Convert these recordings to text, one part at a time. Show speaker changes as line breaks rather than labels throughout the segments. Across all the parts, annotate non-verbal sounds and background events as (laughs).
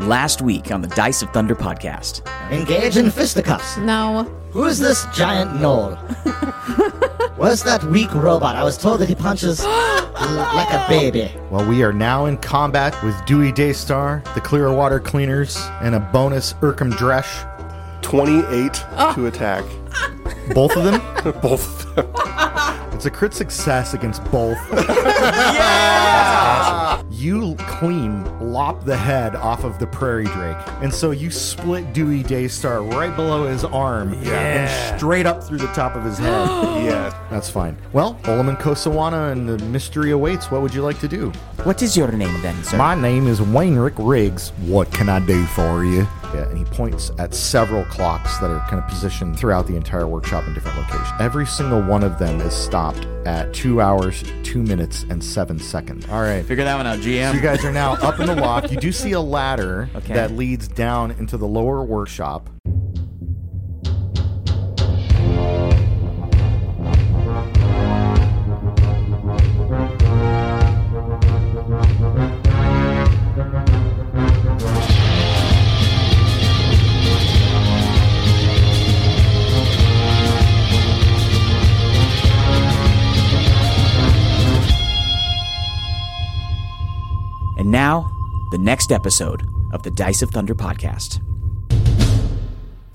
last week on the Dice of Thunder podcast.
Engage in fisticuffs.
No.
Who is this giant knoll? Where's that weak robot? I was told that he punches l- like a baby.
Well, we are now in combat with Dewey Daystar, the Clearwater Cleaners, and a bonus Urkham Dresh.
28
Ah.
to attack.
Both of them?
(laughs) Both of them.
(laughs) it's a crit success against
(laughs)
both. You clean lop the head off of the prairie drake, and so you split Dewey Daystar right below his arm and straight up through the top of his
(gasps)
head.
Yeah.
That's fine. Well, Olaman Kosawana and the mystery awaits. What would you like to do?
What is your name then, sir?
My name is Wainrick Riggs. What can I do for you? Yeah, and he points at several clocks that are kind of positioned throughout the entire workshop in different locations. Every single one of them is stopped at two hours, two minutes, and seven seconds. All right.
Figure that one out,
So you
GM.
guys are now up in the loft. You do see a ladder
Okay.
that leads down into the lower workshop.
And now, the next episode of the Dice of Thunder podcast.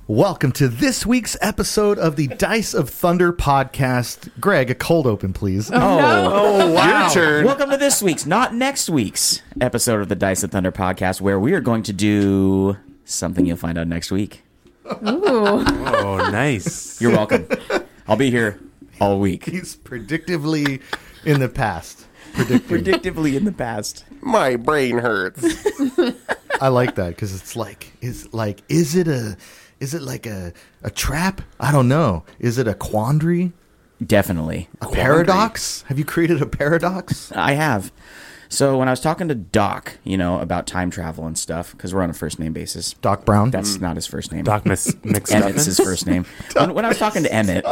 Welcome to this week's episode of the Dice of Thunder podcast. Greg, a cold open, please.
Oh, wow. Your turn.
Welcome to this week's, not next week's episode of the Dice of Thunder podcast, where we are going to do something you'll find out next week.
Ooh.
Oh, nice.
You're welcome. I'll be here all week.
He's predictively in the past. Predicting.
Predictively in the past.
My brain hurts.
I like that because it's like is like is it a is it like a a trap? I don't know. Is it a quandary?
Definitely.
A paradox? Have you created a paradox?
I have. So when I was talking to Doc, you know, about time travel and stuff, because we're on a first name basis.
Doc Brown.
That's not his first name.
(laughs) Doc mis-
Emmett's his first name. When, when I was talking to Emmett,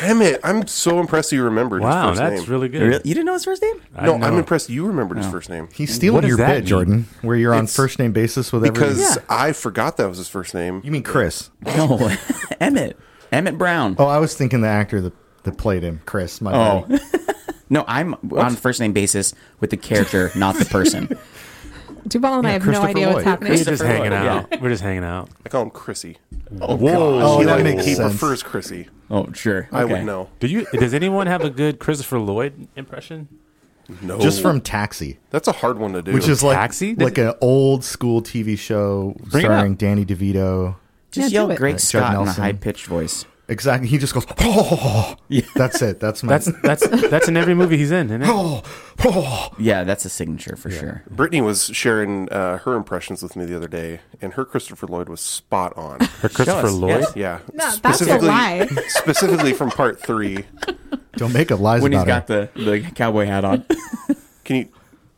Emmett, I'm so impressed you remembered
Wow,
his first
that's
name.
really good.
you didn't know his first name?
I
No,
know.
I'm impressed you remembered his first name.
He's stealing
What does
your
that
bit,
mean?
Jordan. Where you're on
It's
first name basis with every.
Because I forgot that was his first name.
you mean Chris?
No, Emmett. Emmett Brown.
Oh, I was thinking the actor that that played him, Chris. My
Oh.
bad.
No, I'm on first name basis with the character, not the person.
Duval and I have no
Christopher
idea what's
Lloyd.
happening.
We're just
Christopher
hanging
Lloyd,
out. We're just hanging out.
I call him Chrissy.
Oh,
he
that
like-
makes
he
sense.
prefers Chrissy.
Oh, sure.
I
Okay.
would know.
Do you? Does anyone have a good Christopher Lloyd impression?
No.
Just from Taxi,
That's a hard one to do.
which is like
Taxi?
like an old school TV show
Bring it
starring
up.
Danny DeVito.
Just
Yeah, do
yell
it.
Greg
Judd
Scott in a
Nelson.
high pitched voice.
Exactly. He just goes. (laughs) Oh, that's it. That's my.
That's that's that's in every movie he's in. Isn't it?
(laughs) oh, oh.
Yeah, that's a signature for sure.
Brittany was sharing uh, her impressions with me the other day, and her Christopher Lloyd was spot
(laughs)
on.
Or Christopher
us,
Lloyd.
yes.
Yeah.
No, that's a lie.
(laughs) Specifically from part three.
Don't make up lies
When he's
about
got
it.
the, the cowboy hat on.
Can you?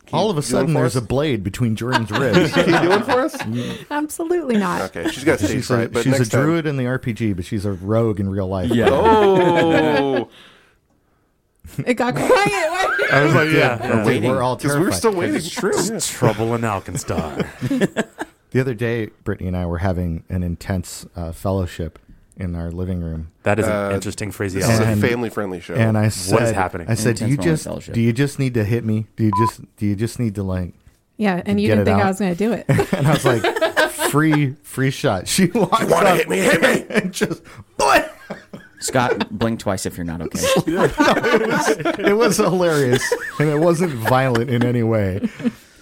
Can
All
you
of a
do one
sudden,
for
there's a
us?
blade between
(laughs)
Jordan's ribs.
Can you do one for us?
Absolutely not.
Okay, she's got stage
she's a,
fright, but
she's a
next
(laughs)
time-
druid in the RPG, but she's a rogue in real life.
Yeah.
Oh,
It got quiet.
(laughs) I was like, yeah,
yeah.
we're,
Waiting.
we're all
because
terrified.
we're still waiting.
It's true. Trouble in Alkenstar.
The other day, Brittany and I were having an intense uh, fellowship in our living room,
That is an
Uh,
interesting
This is
phraseology.
a
(laughs)
And-
family-friendly show.
and I said,
happening?
I said, do you
Intense moment of
just
fellowship.
do you just need to hit me? Do you just do you just need to like? (laughs)
Yeah, and you
Get
didn't
it
think
out.
I was going to do it.
(laughs) And I was
(laughs)
like, free free shot. She walks
want to
up
hit me? Hit me!
(laughs) and just boy.
Scott, blink twice if you're not okay.
It was hilarious, and it wasn't violent in any way.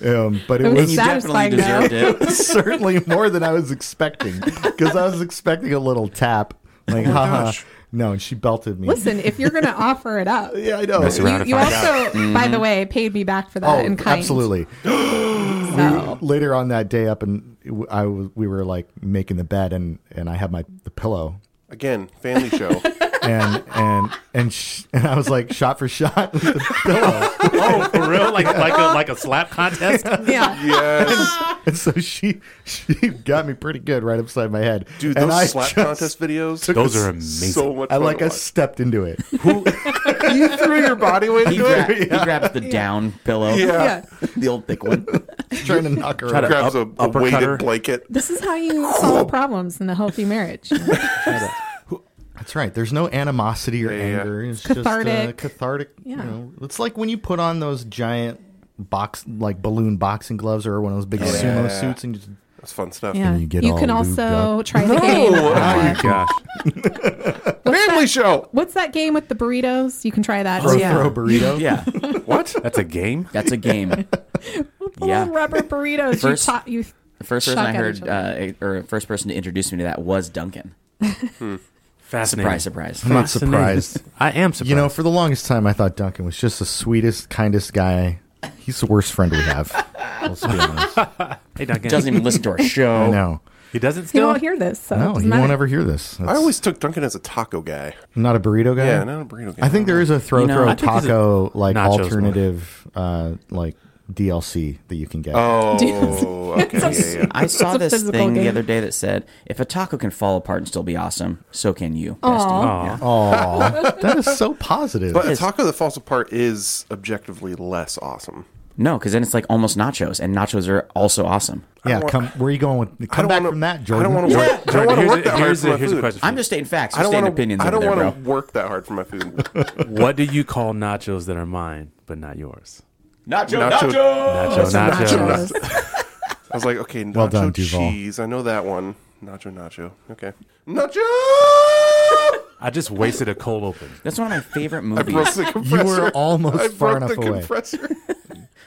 Um, but it
It was
was
You definitely
Satisfying, though.
deserved it.
(laughs) certainly more than I was expecting because I was expecting a little tap, like haha.
Oh gosh.
No, and she belted me.
Listen, if you're going to offer it up,
yeah, I know.
Mess around
you,
and
you
find
also,
out.
by the way, paid me back for that
Mm-hmm. Oh,
in kind. (gasps)
absolutely.
So.
Later on that day, up and I was- we were like making the bed, and and I had my the pillow,
Again, family
(laughs)
show.
and and and sh- and I was like shot for shot (laughs) with the pillow,
Oh, for real? Like like a like a slap (laughs) contest?
Yeah.
yes,
and so she she got me pretty good right upside my head,
dude.
And
Those
I
slap
just-
contest videos.
Those are
So
amazing.
much.
I
fun
like
to
I
(laughs)
watch.
stepped into it.
Who
you threw your body
(laughs)
weight
He,
into
gra-
it.
he grabs the down pillow,
Yeah.
Yeah.
(laughs) the old thick one.
trying to knock her
He
out.
grabs
up-
a, a weighted
uppercutter.
blanket.
This is how you solve problems in a healthy
(laughs)
marriage.
That's right. There's no animosity or
Yeah, yeah.
anger. It's just uh,
Cathartic.
cathartic. You
Yeah.
know, it's like when you put on those giant box, like balloon boxing gloves, or one of those big sumo
yeah.
suits, and you just
That's fun stuff.
Yeah.
you get all
can
lubed
also try the game. uh,
gosh.
Family show.
what's that game with the burritos? You can try that.
throw,
too.
throw a burrito.
Yeah,
What? That's a game?
that's a game.
Little
yeah.
rubber burritos.
First-
you taught you.
The first person
Shock
I
at
heard,
each
uh, or first person to introduce me to that was Duncan.
Fascinating.
Surprise, surprise.
I'm not
Fascinating.
surprised.
I am surprised.
You know, for the longest time, I thought Duncan was just the sweetest, kindest guy. He's the worst friend we have. Let's be honest.
Oh.
hey, Duncan.
Doesn't even listen to our
(laughs)
show.
No,
he doesn't
He
still?
won't hear this. So it
no,
doesn't
he won't
matter.
ever hear this.
I
That's
always took Duncan as a taco guy.
not a burrito guy.
Yeah, not a burrito guy.
I think there is a throw
You know,
throw
I
think there's a
taco like
nachos one.
alternative uh, like DLC that you can get.
(laughs) Oh, okay. Yeah, yeah.
I saw
a
this
physical
thing the
game.
other day that said, "If a taco can fall apart and still be awesome, so can you." Bestie.
Aw.
Aw, that is so positive.
But a
Yes.
taco that falls apart is objectively less awesome.
No, because then it's like almost nachos, and nachos are also awesome.
yeah,
don't wa-
come. Where are you going with?
I
Come
don't
back
wanna-
from that,
I
Jordan.
don't want to work. I don't
Jordan,
want to
here's
work
a-
that hard
here's
for
a-
my
here's a
food.
question.
I'm just stating facts.
I
You're
don't
stating
want
opinions.
to. I
over
don't
there,
want
bro.
to work that hard for my food.
(laughs)
What do you call nachos that are mine but not yours?
Nacho,
Nacho-
Nacho, nachos.
Nachos.
I was like, okay, nacho
Well done, Duval.
cheese. I know that one. Nacho, nacho. Okay, nacho.
I just wasted a cold open.
That's one of my favorite
I
movies.
broke the
You
compressor.
were almost
I
far
broke
enough
the
away.
compressor.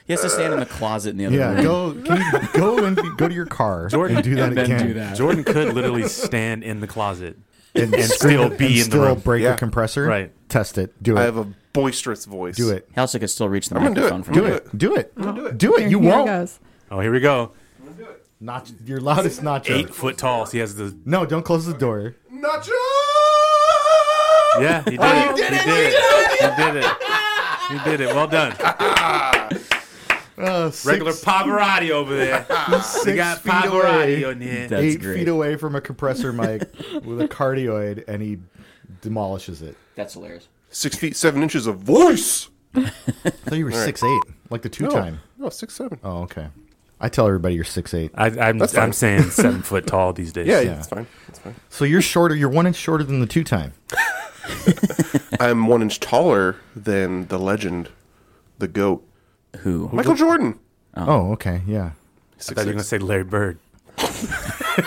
He has to stand in the closet in the other
Yeah,
room.
go. Can you go and go to your car
Jordan,
and do that again?
Jordan could literally stand in the closet.
and,
still be in the
still
room.
break
Yeah.
the compressor.
Right.
Test it. Do it.
I have a boisterous voice.
do it.
He also could still reach the
gonna do it.
microphone from
Do
here.
it. Do it. Do it.
Here-
You
here it
won't.
goes.
Oh, here we go.
Not your loudest nacho.
Eight foot tall. So he has the.
No, don't close the door.
Nacho.
Oh,
Yeah, he did it. He did it. He did it. He did it. Well done.
Uh, six,
Regular Pavarotti over there.
six
We got
feet away.
Pavarotti on here.
That's
eight
great.
feet away from a
(laughs)
compressor mic with a cardioid, and he demolishes it.
That's hilarious.
Six feet seven inches of voice.
I thought you were six eight, like the two time.
No, six seven.
Oh, okay. I tell everybody you're six eight.
I, I'm, I'm
fine.
saying seven foot tall these days.
Yeah,
Yeah.
yeah, it's fine. It's fine.
So you're shorter. You're one inch shorter than the two time.
I'm one inch taller than the legend, the goat,
Who?
Michael Jordan.
Oh, okay. Yeah.
I thought you were gonna say Larry Bird.
(laughs)
I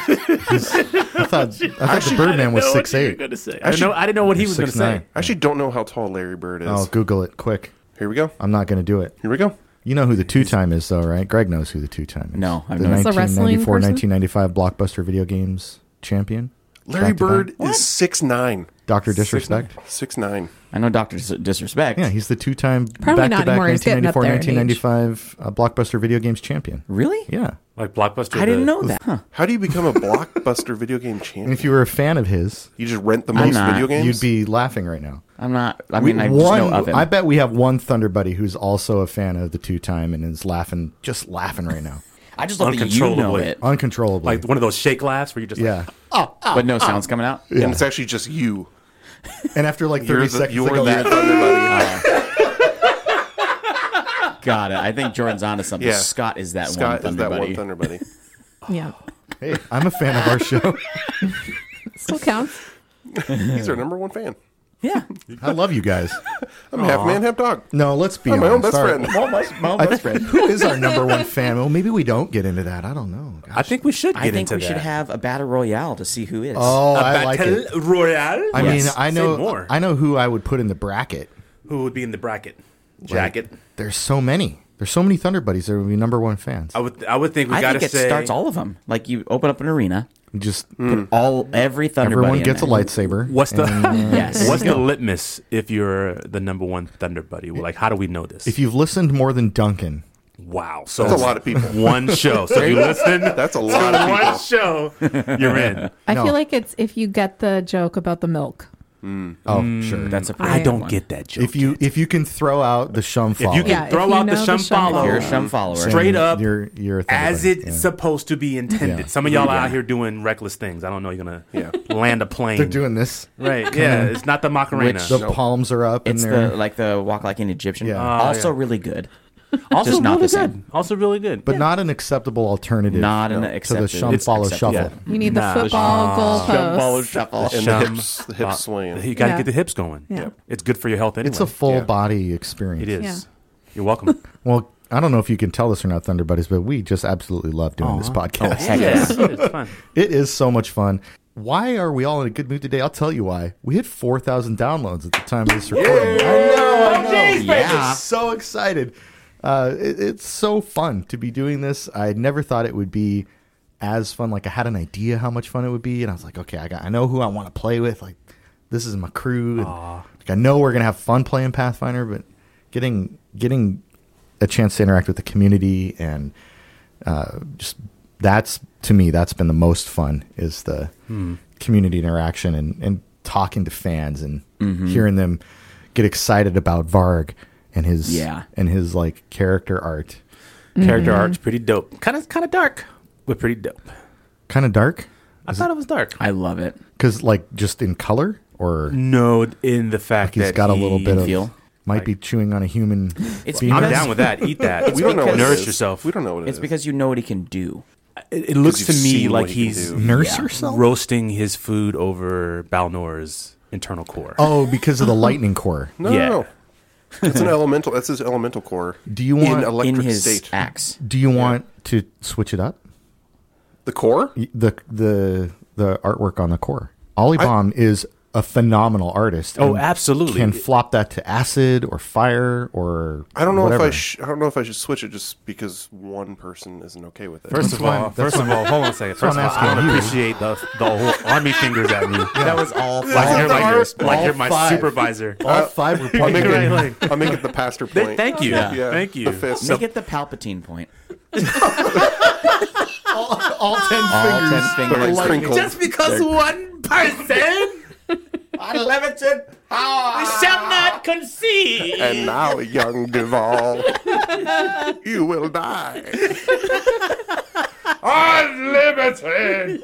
thought, I thought the Birdman was six eight.
I didn't know. I didn't know what he was gonna
Six
say.
nine.
I actually don't know how tall Larry Bird is.
Oh, Google it quick.
Here we go.
I'm not going to do it.
Here we go.
You know who the two time is, though, right? Greg knows who the two time is.
No, I've
the
not.
It's a wrestling
1994
person?
1995 blockbuster video games champion.
Larry
Back to
Bird
back.
is six nine.
Dr. Disrespect.
Six nine.
I know Doctor Disrespect.
Yeah, he's the two time back to
Probably
back
not anymore. He's getting up
1994
there in age.
1995 uh, blockbuster video games champion.
Really?
Yeah.
Like blockbuster.
I didn't
the-
know that. Huh.
How do you become
(laughs)
a blockbuster video game champion?
And if you were a fan of his,
you just rent the most
not.
video games.
you'd be laughing right now.
I'm not. I mean, I just
one,
know of him.
I bet we have one Thunder Buddy who's also a fan of the two time and is laughing, just laughing right
(laughs)
now,
I just love that you know
Uncontrollably.
it,
uncontrollably.
Like one of those shake laughs where you just like,
yeah.
but no sounds coming out.
and it's actually just you.
And after like 30
You're the,
seconds, they
you're
go,
that thunder buddy.
Got it. I think Jordan's onto something.
Yeah.
Scott is that one.
Scott is
Thunder
that
buddy.
one
(laughs)
thunder buddy.
Yeah.
(laughs) hey, I'm a fan of our show.
Still counts.
He's our number one fan.
(laughs) Yeah.
I love you guys.
I'm half man, half dog.
No, let's be
I'm my
honest.
own best
Our-
friend.
I- Who is our number one fan? Well, maybe we don't get into that. I don't know.
I think we should get
I think
into
we
that.
should have a battle royale to see who is.
Oh,
a
I like
battle
it.
royale.
I
Yes.
mean, I
Say
know,
more.
I know who I would put in the bracket.
Who would be in the bracket? Jacket.
There's so many. There's so many Thunder Buddies that would be number one fans.
I would. I would think we
I
gotta
think it
say.
starts all of them. Like you open up an arena,
Just
put all every Thunder
everyone
buddy in
gets a
there.
lightsaber.
What's
(laughs)
the (laughs)
and, uh,
Yes.
What's the litmus if you're the number one Thunder buddy? Like, how do we know this?
if you've listened more than Duncan,
wow, so
That's a lot of people.
One show. So if you listen to
That's a
(laughs)
lot of people.
(laughs)
one show, you're in.
I
No.
feel like it's if you get the joke about the milk.
Oh, sure.
Mm. That's a pretty
I
good
don't
one.
get that joke.
If you if you can throw out the shum
if you can
Yeah, if
throw
you
out the
know the
shumpalo,
Shumpalo.
You're a Shum follower.
Oh. straight up
you're you're a
as
thunderbird,
it's
yeah.
supposed to be intended.
Yeah.
Some of y'all out here doing reckless things. I don't know. You're gonna land a plane.
they're doing this.
(laughs) right. Yeah, it's not the Macarena.
Which-
The palms are up
It's
in there.
the like the walk like an Egyptian.
Yeah. Ah,
also really good.
also
just not
really
the same.
good. Also really good.
but not an acceptable alternative.
Not an
to the
accepted-
shum
It's
follow
acceptable.
shuffle.
You need the
Nah, the
football
Oh.
Oh,
goalposts.
shuffle.
And the
Shum-
hips, the
Uh,
hips swaying.
You got to
Yeah.
get the hips going.
Yeah.
It's good for your health anyway.
It's a full
Yeah.
body experience.
It is.
Yeah.
You're welcome.
Well, I don't know if you can tell this or not, Thunder Buddies, but we just absolutely love doing this podcast.
Heck
yeah,
yes.
it's fun.
It is so much fun. Why are we all in a good mood today? I'll tell you why. We hit 4,000 downloads at the time of this recording. I know, I know.
Yeah.
So excited. Uh, it- it's so fun to be doing this. I never thought it would be as fun. Like, I had an idea how much fun it would be, and I was like, okay, I, got, I know who I want to play with. Like, this is my crew. And, like, I know we're going to have fun playing Pathfinder, but getting getting a chance to interact with the community and just that's to me that's been the most fun is the community interaction and, and talking to fans and hearing them get excited about Varg and his
Yeah.
and his like character art.
Character arc's pretty dope. Kind of kind of dark, but pretty dope.
Kind of dark
I thought it was dark.
I love it.
because like just in color or
No, in the fact
he's
Mm. that
got a little
he-
bit of
feel.
might be chewing on a human.
It's
being-
I'm
because-
down with that. Eat that.
We don't know what it
Nourish
is.
yourself.
We don't know what it
It's
is.
because you know what he can do.
It, it looks to
you've
me
seen
like
what he can
he's
do.
nurse yourself.
roasting his food over Balnor's internal core.
Oh, because of the lightning core.
no,
Yeah.
no, no.
(laughs)
That's an elemental. That's his elemental core.
Do you
in
want-
electric
in his
state?
axe.
Do you want to switch it up?
The core?
the the the artwork on the core. Ollie Baum is a phenomenal artist.
Oh,
and
absolutely.
Can flop that to acid or fire or
I don't know
whatever.
if I. Sh- I don't know if I should switch it just because one person isn't okay with it.
First of
why-
all,
that's
first of all, hold on a second. First of
why
all,
I'm
I don't
asking you.
appreciate the the whole army fingers at me. That was all.
five.
Like you're, like, you're, like
All
you're my
five.
supervisor.
all
(laughs)
five
I'll make,
Republican.
it,
Right, like-
I'll make it the pastor point.
Th- Thank you.
Yeah.
Thank you.
The fist.
Make it the Palpatine point.
all, all ten
All
fingers.
ten
But
fingers.
like crinkled.
because one person
Unlimited power.
shall not concede.
Ah, and now,
(laughs)
young Duval, you will die.
Unlimited.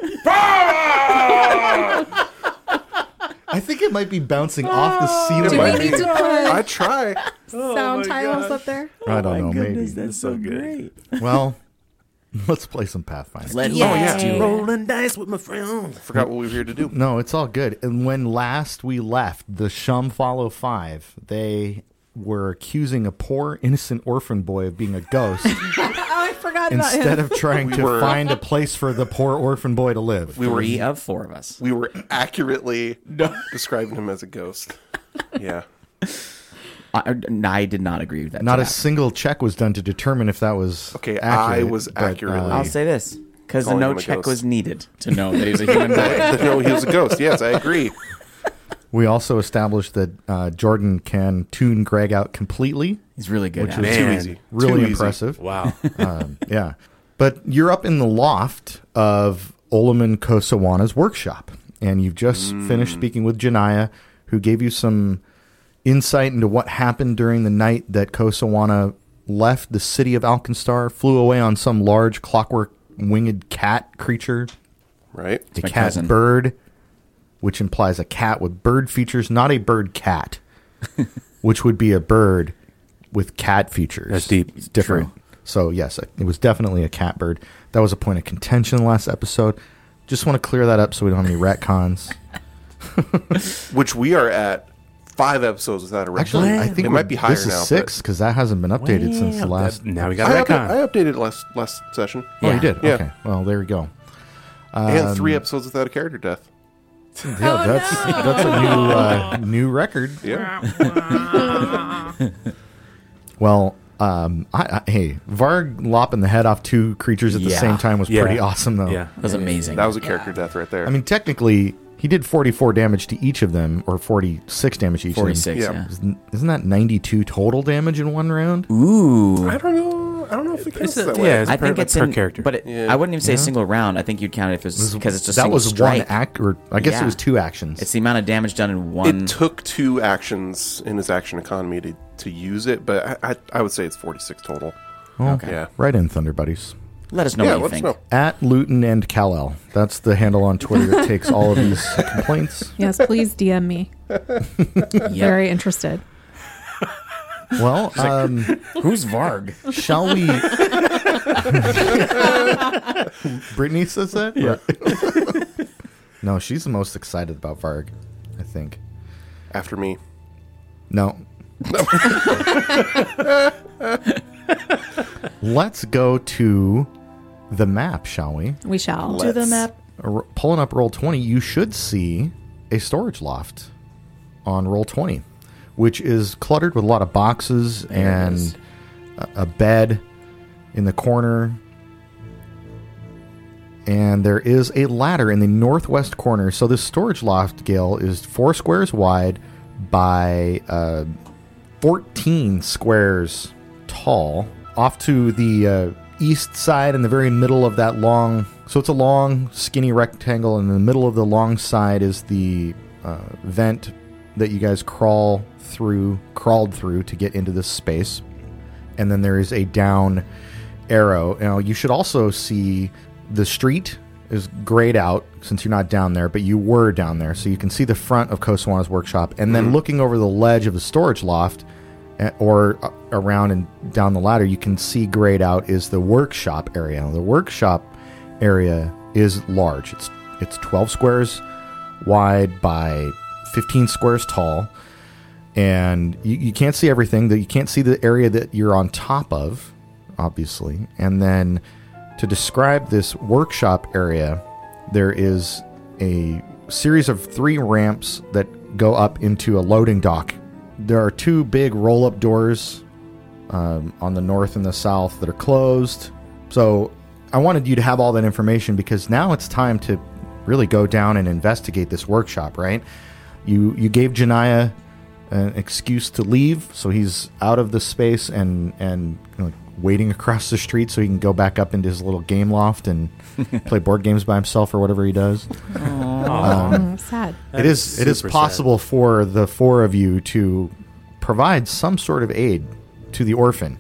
I think it might be bouncing off the scene.
Do
of
Do
my
we need to
(laughs) I try. Oh
put sound titles up there?
I don't know. maybe.
That's so good.
Well, (laughs) let's play some Pathfinder.
Let
Oh,
Yeah.
us do it.
Rolling dice with my friends.
Forgot what we were here to do.
No, it's all good. And when last we left the Shum Follow Five, they were accusing a poor innocent orphan boy of being a ghost
(laughs) Oh, I forgot about him.
instead of trying to
were-
find a place for the poor orphan boy to live.
Three of four of us.
We were accurately describing him as a ghost. Yeah. uh,
I, I did not agree with that.
Not
to
a
happen.
single check was done to determine if that was
Okay,
Accurate,
I was
but, uh,
accurately.
I'll say this because
Calling
no
him a
check
ghost.
was needed to know that he was a
(laughs)
human being.
no, he was a ghost. Yes, I agree.
We also established that uh, Jordan can tune Greg out completely.
He's really good. at it.
Too
Man.
easy.
Really
Too easy.
impressive.
Wow.
um, yeah. But you're up in the loft of Olaman Kosawana's workshop, and you've just finished speaking with Janaya, who gave you some insight into what happened during the night that Kosawana left the city of Alkenstar, flew away on some large clockwork winged cat creature,
Right?
a
My
cat
cousin.
bird, which implies a cat with bird features, not a bird (laughs) cat, which would be a bird with cat features.
That's deep.
It's different. So yes, it was definitely a cat bird. That was a point of contention last episode. Just want to clear that up so we don't have any retcons.
Which we are at five episodes without a record.
Actually, I think
it might be higher
This is
now.
six because that hasn't been updated since the
Wow,
last.
that- now we
but
got a
I, upda-
retcon.
I updated last last session.
Oh, you did.
Yeah.
Okay. Well, there we go.
and three episodes without a character death.
Yeah, that's that's a new uh, new record.
Yeah.
Well, um, I, I, hey, Varg lopping the head off two creatures at the
Yeah.
same time was
Yeah.
pretty awesome, though.
Yeah.
That was amazing.
That was a character death right there.
I mean, technically, he did 44 damage to each of them, or 46 damage to each
forty six.
Yeah.
Yeah.
of them. Isn't that 92 total damage in one round?
Ooh.
I don't know. I don't know if it counts
a-
that way.
yeah, it's
I
per,
think
like,
it's
per
in,
character.
but it, I wouldn't even say a single round. I think you'd count it if it was because it's just
that was
strike.
one act, or I guess
Yeah.
it was two actions.
It's the amount of damage done in one.
It took two actions in his action economy to, to use it, but I, I, I would say it's 46 total.
okay.
Yeah.
right in Thunder Buddies.
Let us know
yeah,
what you
let's
think.
know.
At Luton and Kal-El. That's the handle on Twitter
(laughs)
that takes all of these complaints.
Yes, please DM me.
Yep.
(laughs) Very interested.
Well, um,
Who's Varg?
Shall we? Brittany says that? Yeah. (laughs) no, she's the most excited about Varg, I think.
After me.
No. (laughs) Let's go to the map, shall we?
We shall.
To the Let's. map.
R- Pulling up roll 20, you should see a storage loft on roll 20, which is cluttered with a lot of boxes and a, a bed in the corner. And there is a ladder in the northwest corner. So this storage loft, Gail, is four squares wide by uh, 14 squares tall off to the uh, east side in the very middle of that long so it's a long skinny rectangle and in the middle of the long side is the uh, vent that you guys crawl through crawled through to get into this space and then there is a down arrow now you should also see the street is grayed out since you're not down there but you were down there so you can see the front of koswana's workshop and then looking over the ledge of the storage loft a- or uh, around and down the ladder, you can see grayed out is the workshop area. Now, the workshop area is large. It's it's 12 squares wide by 15 squares tall, and you, you can't see everything. That you can't see the area that you're on top of, obviously. And then to describe this workshop area, there is a series of three ramps that go up into a loading dock. There are two big roll up doors um, on the north and the south that are closed. So I wanted you to have all that information because now it's time to really go down and investigate this workshop, right? You, you gave Janaya an excuse to leave, so he's out of the space and and you know, waiting across the street so he can go back up into his little game loft and play board games by himself or whatever he does. Um,
Aw.
Oh, sad.
it is it is
super sad.
possible for the four of you to provide some sort of aid to the orphan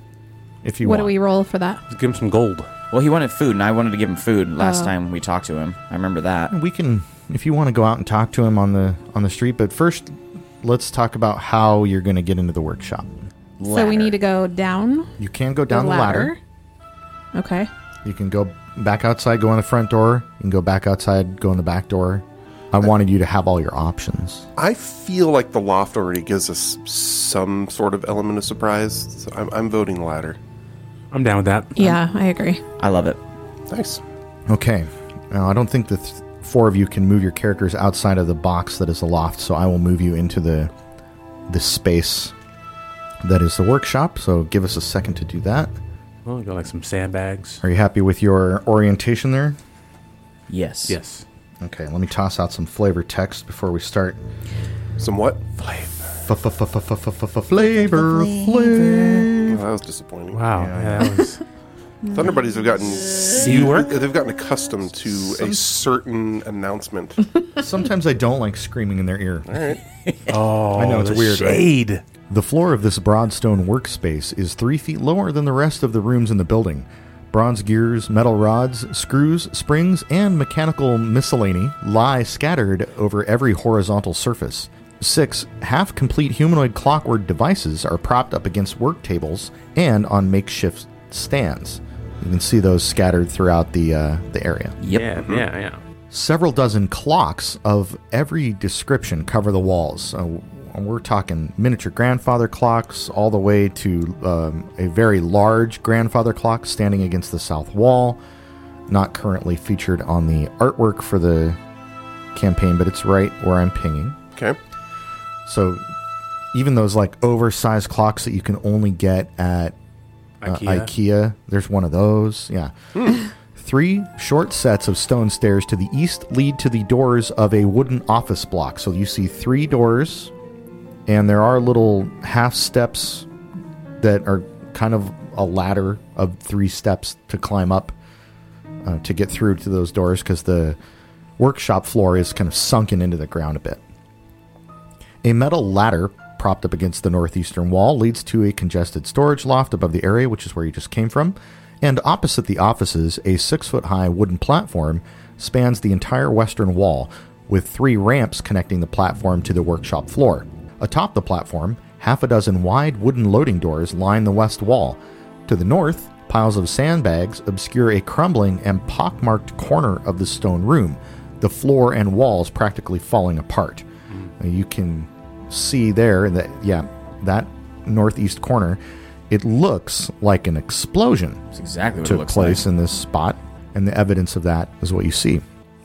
if you
What do
want.
we roll for that?
Give him some gold.
Well, he wanted food, and I wanted to give him food
Oh.
last time we talked to him. I remember that.
we can if you want to go out and talk to him on the on the street, but first let's talk about how you're going to get into the workshop.
So we need to go down,
You can go down
the
The ladder.
ladder. Okay.
You can go back outside, go in the front door. You can go back outside, go in the back door. I wanted you to have all your options.
I feel like the loft already gives us some sort of element of surprise. So I'm, I'm voting ladder.
I'm down with that.
Yeah, I agree.
I love it.
Nice.
Okay. Now, I don't think the th- four of you can move your characters outside of the box that is the loft, so I will move you into the the space that is the workshop. So give us a second to do that.
Well, got like some sandbags.
Are you happy with your orientation there?
Yes.
Yes.
Okay, let me toss out some flavor text before we start.
Some what?
Flavor, flavor.
Oh, that was disappointing.
Wow. Yeah,
(laughs)
that was-
Thunder Buddies have gotten
you work?
they've gotten accustomed to a certain (laughs) announcement.
Sometimes I don't like screaming in their ear.
Oh,
I know, it's
the
weird.
Shade.
The floor of this broad stone workspace is three feet lower than the rest of the rooms in the building. Bronze gears, metal rods, screws, springs, and mechanical miscellany lie scattered over every horizontal surface. Six half complete humanoid clockwork devices are propped up against work tables and on makeshift stands. You can see those scattered throughout the, uh, the area.
Yep.
Yeah, yeah, yeah.
Several dozen clocks of every description cover the walls. So we're talking miniature grandfather clocks all the way to um, a very large grandfather clock standing against the south wall. Not currently featured on the artwork for the campaign, but it's right where I'm pinging.
Okay.
So even those like oversized clocks that you can only get at uh,
IKEA.
IKEA. There's one of those. Yeah. Three short sets of stone stairs to the east lead to the doors of a wooden office block. So you see three doors, and there are little half steps that are kind of a ladder of three steps to climb up uh, to get through to those doors because the workshop floor is kind of sunken into the ground a bit. A metal ladder propped up against the northeastern wall leads to a congested storage loft above the area, which is where you just came from. And opposite the offices, a six foot high wooden platform spans the entire western wall, with three ramps connecting the platform to the workshop floor. Atop the platform, half a dozen wide wooden loading doors line the west wall. To the north, piles of sandbags obscure a crumbling and pockmarked corner of the stone room, the floor and walls practically falling apart. Uh, You can see there in that yeah, that northeast corner, it looks like an explosion
That's exactly what it
took
looks
place in this spot, and the evidence of that is what you see.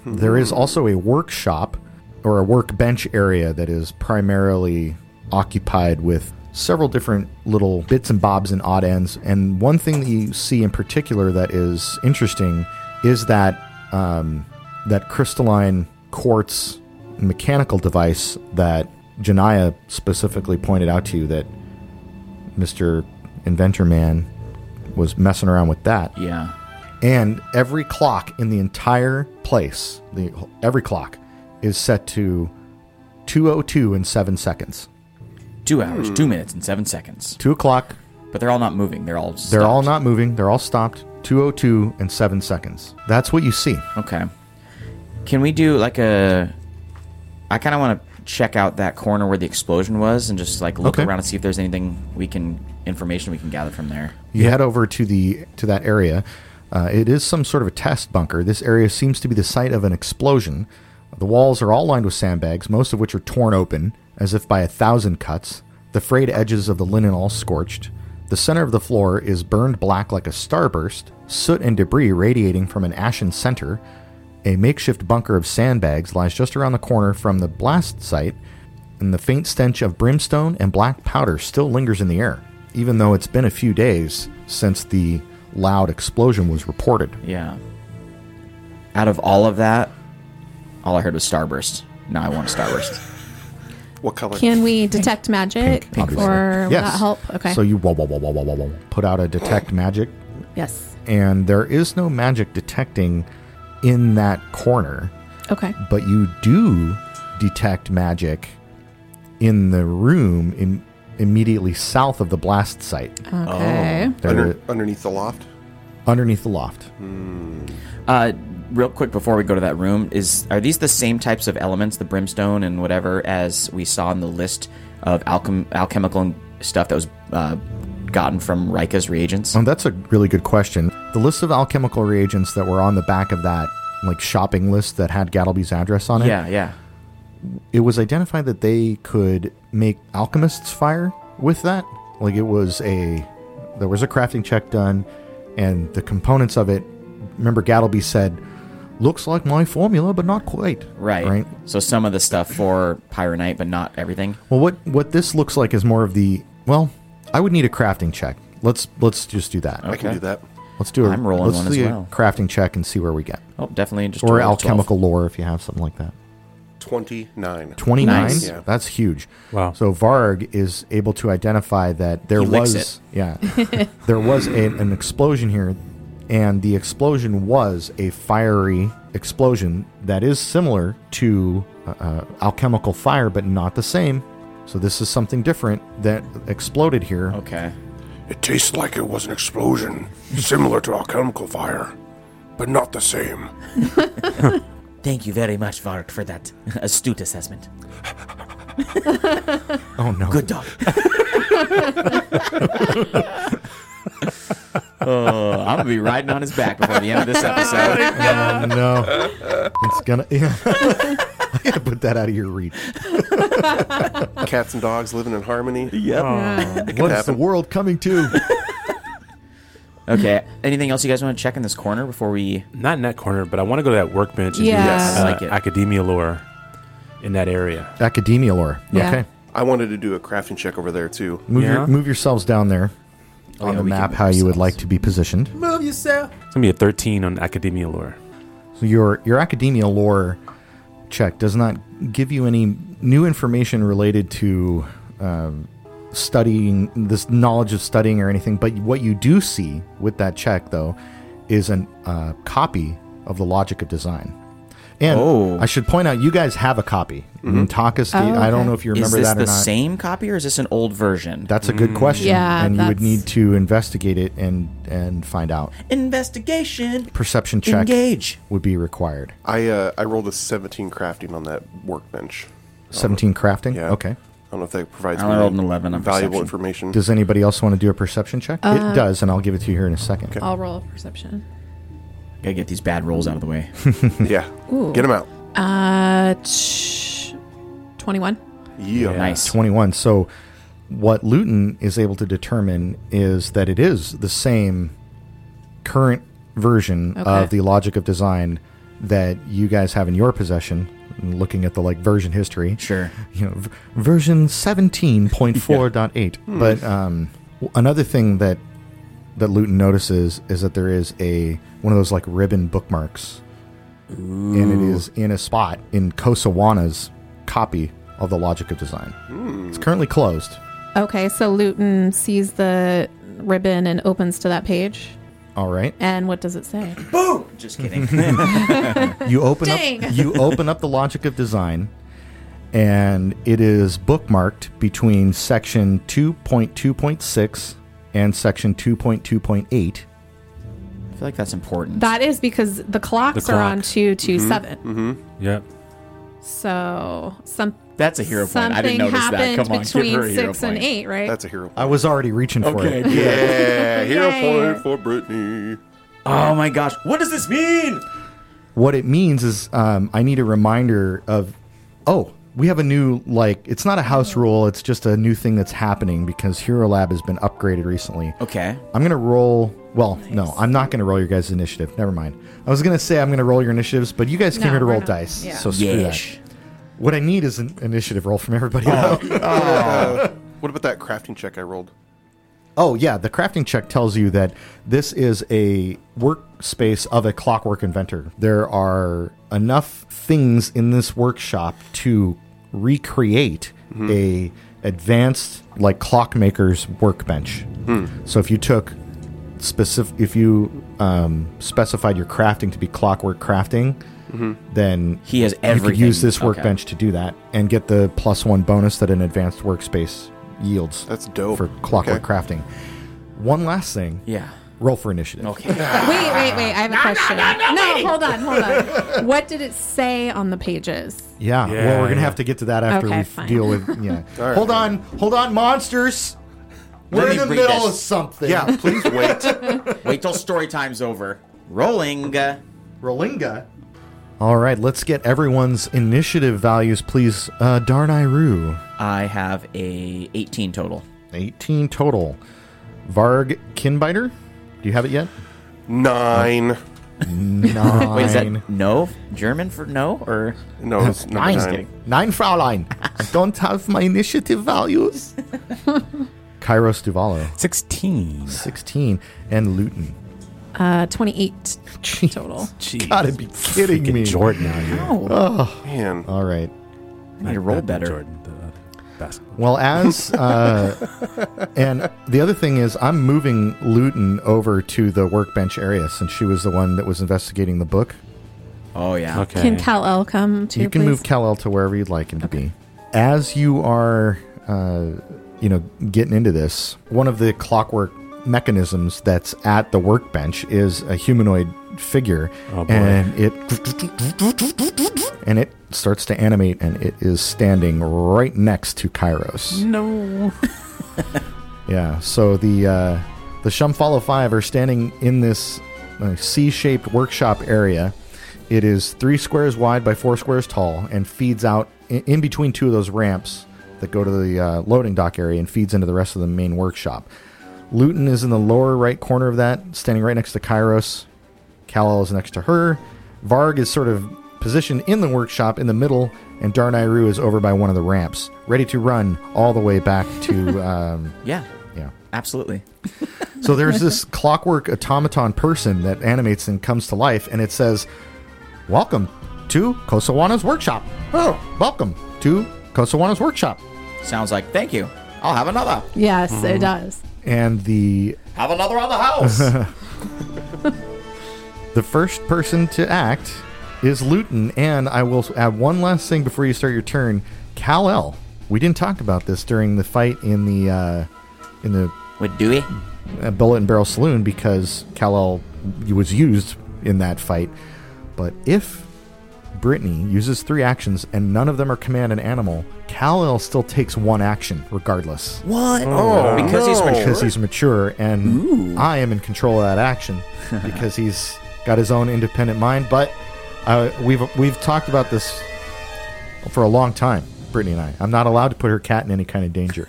Hmm.
There is also a workshop or a workbench area that is primarily occupied with several different little bits and bobs and odd ends. And one thing that you see in particular that is interesting is that um, that crystalline quartz mechanical device that Janaya specifically pointed out to you that Mr. Inventor Man was messing around with that
like. Yeah.
and every clock in the entire place the every clock is set to 202 in seven seconds
Two hours, two minutes, and seven seconds.
two o'clock
But they're all not moving. They're all.
they're all
stopped.
not moving they're all stopped 202 in seven seconds that's what you see
Okay. Can we do like a? I kind of want to check out that corner where the explosion was and just like look
Okay.
around and see if there's anything we can information we can gather from there.
you head over to the to that area uh, it is some sort of a test bunker this area seems to be the site of an explosion the walls are all lined with sandbags most of which are torn open as if by a thousand cuts the frayed edges of the linen all scorched the center of the floor is burned black like a starburst soot and debris radiating from an ashen center a makeshift bunker of sandbags lies just around the corner from the blast site and the faint stench of brimstone and black powder still lingers in the air, even though it's been a few days since the loud explosion was reported.
Yeah. Out of all of that, all I heard was starburst. Now I want a starburst.
What color?
Can we detect magic
obviously.
or will
Yes.
that help? Okay.
So you wah, wah, wah, wah, wah, wah, wah, put out a detect magic,
yes.
and there is no magic detecting in that corner,
Okay.
but you do detect magic in the room im immediately south of the blast site,
Oh. Okay.
There-
Under, underneath the loft?
underneath the loft.
uh, real quick before we go to that room, is are these the same types of elements, the brimstone and whatever, as we saw in the list of alchem- alchemical and stuff that was uh, gotten from Rika's reagents?
Um, that's a really good question. The list of alchemical reagents that were on the back of that like shopping list that had Gattleby's address on it,
yeah, yeah.
it was identified that they could make alchemists fire with that. Like it was a there was a crafting check done and the components of it remember Gattleby said looks like my formula but not quite.
Right.
Right.
So some of the stuff for Pyronite, but not everything.
Well, what what this looks like is more of the well, I would need a crafting check. Let's let's just do that.
I can do that.
Let's do a
Oh, I'm rolling
let's
one as
do a
well.
crafting check and see where we get.
Oh, definitely just
or
roll a 12.
alchemical lore if you have something like that.
29.
29?
Nice.
Yeah.
That's huge.
Wow.
So Varg is able to identify that there
He licks
was
it. (laughs)
yeah. there was a, an explosion here and the explosion was a fiery explosion that is similar to uh, uh, alchemical fire but not the same. So this is something different that exploded here.
Oh.
Okay.
It tastes like it was an explosion, similar to alchemical fire, but not the same.
Thank you very much, Varg, for that (laughs) astute assessment.
Oh no.
Good dog. (laughs) oh, I'm gonna be riding on his back before the end of this episode.
Oh, no. It's gonna (laughs) yeah. I gotta put that out of your reach.
Cats and dogs living in harmony.
Oh.
Yeah.
What is the
happen.
world coming to?
Okay. Anything else you guys want to check in this corner before we?
Not in that corner, but I want to go to that workbench and
Yeah.
do
Yes.
uh,
Like it.
academia lore in that area.
Academia lore.
Yeah.
Okay.
I wanted to do a crafting check over there too.
Move,
Yeah.
your, move yourselves down there on
Oh, yeah,
the
we can
map
move
how you would
ourselves.
like to be positioned.
It's gonna be a thirteen on academia lore.
So your your academia lore check does not give you any new information related to um, studying this knowledge of studying or anything, but what you do see with that check though is a uh, copy of the logic of design. And
Oh. Mm-hmm.
I should point out, you guys have a copy. Takis, do you-
Oh,
I don't
okay.
know if you
Is
remember
this
that or
the
not.
same copy or is this an old version?
That's a good question,
Yeah,
and you would
that's-
need to investigate it and and find out.
Investigation.
Perception check
Engage.
would be required.
I uh, I rolled a 17 crafting on that workbench.
Seventeen crafting.
Yeah.
Okay.
I don't know if that provides
I
me
rolled
any
an 11 on
valuable
perception.
information.
Does anybody else want to do a perception check?
Uh,
it does, and I'll give it to you here in a second.
I'll roll perception.
Gotta get these bad rolls out of the way.
yeah. Get them out.
Uh, tch, 21.
Yeah.
nice.
21. So, what Luton is able to determine is that it is the same current version
Okay.
of the logic of design that you guys have in your possession. Looking at the like version history,
Sure.
(laughs) you know, v- version 17.4.8. But um, w- another thing that that Luton notices is that there is a one of those like ribbon bookmarks, and it is in a spot in Kosawana's copy of the Logic of Design. It's currently closed.
Okay, so Luton sees the ribbon and opens to that page.
All right,
And what does it say?
Just kidding.
you open
Dang.
up you open up the Logic of Design. And it is bookmarked between section 2.2.6 and section 2.2.8.
I feel like that's important.
That is because the clocks
The
are on
clock.
two to
Mm-hmm.
seven.
Yep.
So some
That's a hero point.
something
I didn't notice that.
happened
Come on, give
between
her a hero
six and
point.
eight, right?
That's a hero.
I was already reaching for it.
Yeah. hero
Yay.
point for Brittany.
Oh my gosh, what does this mean?
What it means is um, I need a reminder of, oh, we have a new, like, it's not a house rule, it's just a new thing that's happening because Hero Lab has been upgraded recently.
Okay.
I'm going to roll, well, no, I'm not going to roll your guys' initiative. Never mind. I was going to say I'm going to roll your initiatives, but you guys came
No,
here to
we're
roll
not.
dice.
Yeah.
So screw
Yesh.
that. What I need is an initiative roll from everybody. Oh.
What about that crafting check I rolled?
oh, yeah. The crafting check tells you that this is a workspace of a clockwork inventor. There are enough things in this workshop to recreate a advanced like clockmaker's workbench. So if you took specific if you um, specified your crafting to be clockwork crafting, then
He has
You could use
everything.
this
Okay.
workbench to do that and get the plus one bonus that an advanced workspace yields.
That's dope.
for clockwork
Okay.
crafting. One last thing.
Yeah.
Roll for initiative.
Okay. (laughs)
Wait, wait, wait. I have a question. No, hold on, hold on. (laughs) What did it say on the pages?
Yeah.
Yeah,
well, we're gonna
yeah.
have to get to that after
Okay,
we
fine.
deal
(laughs)
with. Yeah. Hold on. Hold on, monsters. We're
Let
in
me
the
read this.
middle of something. (laughs)
Yeah, please wait.
Wait till story time's over. Rolling. uh,
Rolinga. All right. Let's get everyone's initiative values, please. Uh, Darnayru,
I have a 18 total.
eighteen total. Varg Kinbiter. Do you have it yet?
Nine.
(laughs)
Nine.
Wait, is that no German for no or
No, it's number
Nine.
nine.
Nine, Fraulein. I don't have my initiative values. Kairos Duvalo,
16.
16, and Luton.
(laughs)
Uh, Twenty-eight total.
Jeez.
Gotta be kidding
Freaking
me.
Jordan out here.
Man.
All right.
I need to roll
Not
better?
Jordan, the other basketball.
Well, as uh, and the other thing is, I'm moving Luton over to the workbench area since she was the one that was investigating the book.
Oh yeah.
Okay.
Can Cal L come too?
you can
please?
move Kal-El to wherever you'd like him to be. As you are, uh, you know, getting into this, one of the clockwork mechanisms that's at the workbench is a humanoid figure,
Oh, boy.
and it and it starts to animate, and it is standing right next to Kairos.
no.
(laughs) Yeah. So the uh, the Shumfalo Five are standing in this uh, C-shaped workshop area. It is three squares wide by four squares tall, and feeds out in, in between two of those ramps that go to the uh, loading dock area and feeds into the rest of the main workshop. Luton is in the lower right corner of that, standing right next to Kairos. Kal-El is next to her. Varg is sort of positioned in the workshop in the middle, and Darnayru is over by one of the ramps, ready to run all the way back to um,
Yeah.
yeah.
Absolutely.
So there's this clockwork automaton person that animates and comes to life, and it says, "Welcome to Kosawana's workshop." Oh, welcome to Kosawana's workshop.
Sounds like thank you. I'll have another.
Yes,
Mm-hmm.
it does.
And the
Have another on the house.
The first person to act is Luton, and I will add one last thing before you start your turn. Cal El. We didn't talk about this during the fight in the uh, in the
With Dewey?
uh, Bullet and Barrel Saloon because Cal El was used in that fight. But if Brittany uses three actions and none of them are command an animal, Cal El still takes one action regardless
What? Oh, because he's mature.
because he's mature and I am in control of that (laughs) action because he's got his own independent mind. But uh, we've we've talked about this for a long time, Brittany and I. I'm not allowed to put her cat in any kind of danger.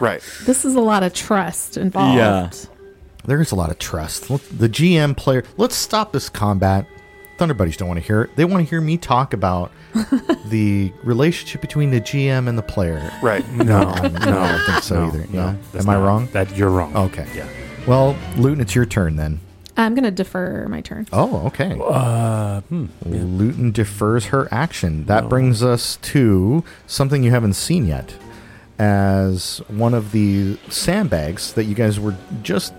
Right.
This is a lot of trust involved.
Yeah.
There is a lot of trust. Let- The GM player. Let's stop this combat. Thunder Buddies don't want to hear it. They want to hear me talk (laughs) about the relationship between the GM and the player.
Right.
No, no,
I don't think so
(laughs) no,
either.
no,
Yeah?
that's
Am I
not-
wrong?
That you're wrong.
Okay.
Yeah.
Well, Luton, it's your turn then.
I'm going to defer my turn.
Oh, okay.
Uh,
Luton defers her action. That brings us to something you haven't seen yet. As one of the sandbags that you guys were just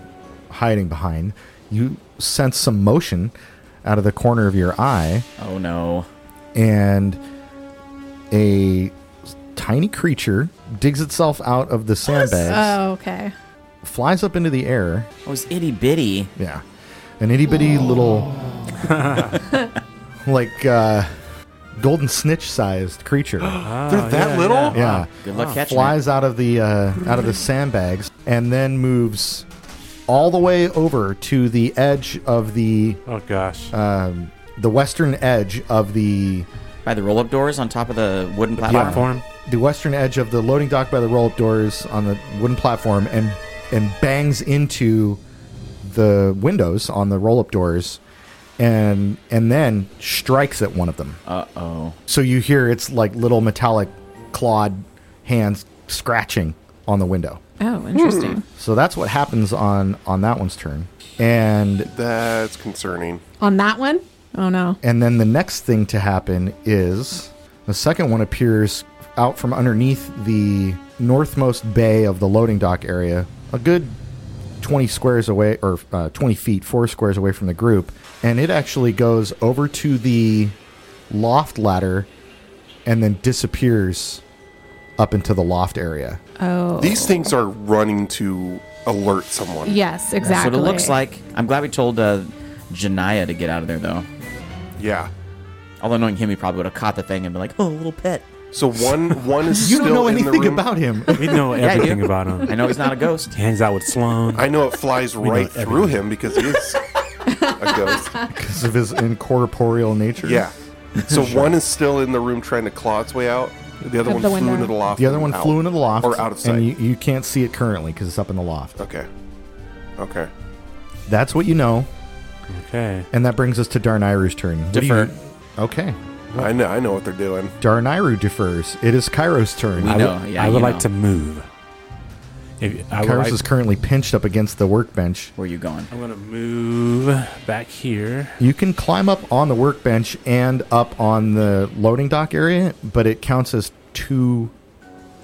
hiding behind, you sense some motion out of the corner of your eye,
Oh, no.
and a tiny creature digs itself out of the sandbags,
Oh, okay.
flies up into the air,
I was itty bitty.
yeah. An itty bitty little, like, uh, golden snitch sized creature.
They're that
yeah,
little?
yeah.
yeah.
Good luck catching it.
Flies out of the uh, out of the sandbags and then moves all the way over to the edge of the
Oh gosh.
um, the western edge of the
By the roll up doors on top of the wooden platform.
Platform.
the western edge of the loading dock by the roll up doors on the wooden platform and and bangs into the windows on the roll up doors and and then strikes at one of them.
Uh oh.
So you hear its like little metallic clawed hands scratching on the window.
Oh, interesting.
So that's what happens on on that one's turn. And
That's concerning.
On that one? Oh, no.
and then the next thing to happen is the second one appears out from underneath the northmost bay of the loading dock area, a good 20 squares away or uh, 20 feet, 4 squares away from the group, and it actually goes over to the loft ladder and then disappears up into the loft area.
Oh.
These things are running to alert someone.
Yes,
That's
exactly.
what it looks like. I'm glad we told uh, Janaya to get out of there, though.
Yeah.
Although knowing him, he probably would have caught the thing and been like, "Oh, little pet."
So one one is
You
still
don't know
in the
anything
room.
about him. (laughs)
We (laughs) know
Yeah, I do.
everything about him.
I know he's not a ghost.
He hangs out with Sloan.
I know it flies right
know
through him because he is a ghost.
(laughs) because of his incorporeal nature.
Yeah. So one is still in the room trying to claw its way out. The other
Of
one
the
flew
window.
into the loft.
The other one
and
flew
out.
into the loft.
Or out of sight.
And you, you can't see it currently because it's up in the loft.
Okay. Okay.
That's what you know.
Okay.
And that brings us to Darnayru's turn. What do you-
Defer.
okay.
I know I know what they're doing.
Darnayru defers. It is Kairos' turn.
We
I
know.
would-
yeah,
I would
you
like
know.
to move. If, I
Kairos
would like,
is currently pinched up against the workbench.
Where are you going?
I'm gonna move back here.
You can climb up on the workbench and up on the loading dock area, but it counts as two,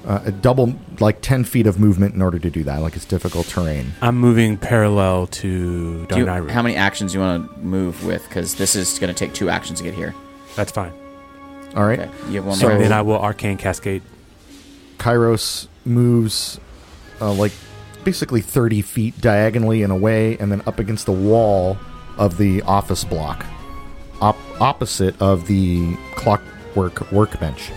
uh, a double, like 10 feet of movement in order to do that. Like it's difficult terrain.
I'm moving parallel to
Do you-
Darnayru.
how many actions do you want to move with? Because this is going to take two actions to get here.
That's fine.
All right.
Okay, you have one
So-
more.
And then I will arcane cascade.
Kairos moves uh, like basically 30 feet diagonally in a way and then up against the wall of the office block, op- opposite of the clockwork workbench.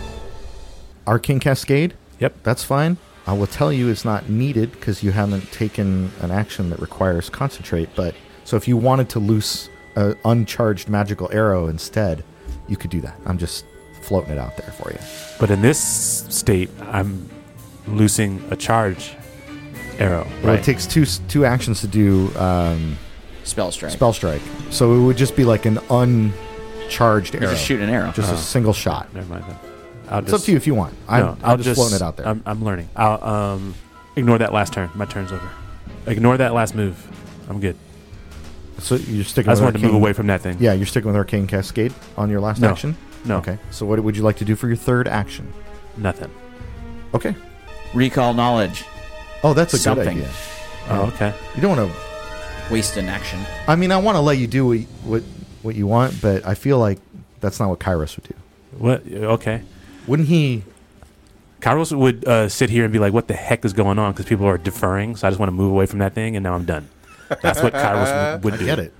Arcane Cascade?
Yep.
That's fine. I will tell you it's not needed because you haven't taken an action that requires concentrate, but so if you wanted to loose an uncharged magical arrow instead, you could do that. I'm just floating it out there for you.
But in this state, I'm loosing a charge arrow.
Well,
Right.
it takes two two actions to do um,
Spell strike.
spell strike, so it would just be like an uncharged
You
arrow,
just shoot an arrow.
just a single shot.
Never mind that. I'll
It's up to you if you want. I'm,
No,
I'm just, floating it out there.
I'm, I'm learning. I'll um, ignore that last turn. My turn's over. Ignore that last move. I'm good.
so you're sticking.
I just
with
wanted to move
Arcane-
away from that thing.
Yeah, you're sticking with Arcane Cascade on your last
No.
action.
No.
Okay. So what would you like to do for your third action?
Nothing.
Okay.
Recall knowledge.
Oh, that's a good
Something.
idea.
Oh, okay.
You don't want to.
Waste in action.
I mean, I want to let you do what, what what you want, but I feel like that's not what Kairos would do.
What? Okay.
Wouldn't he?
Kairos would uh, sit here and be like, "What the heck is going on?" Because people are deferring. So I just want to move away from that thing, and now I'm done. That's
(laughs)
what Kairos would, would do.
Get it?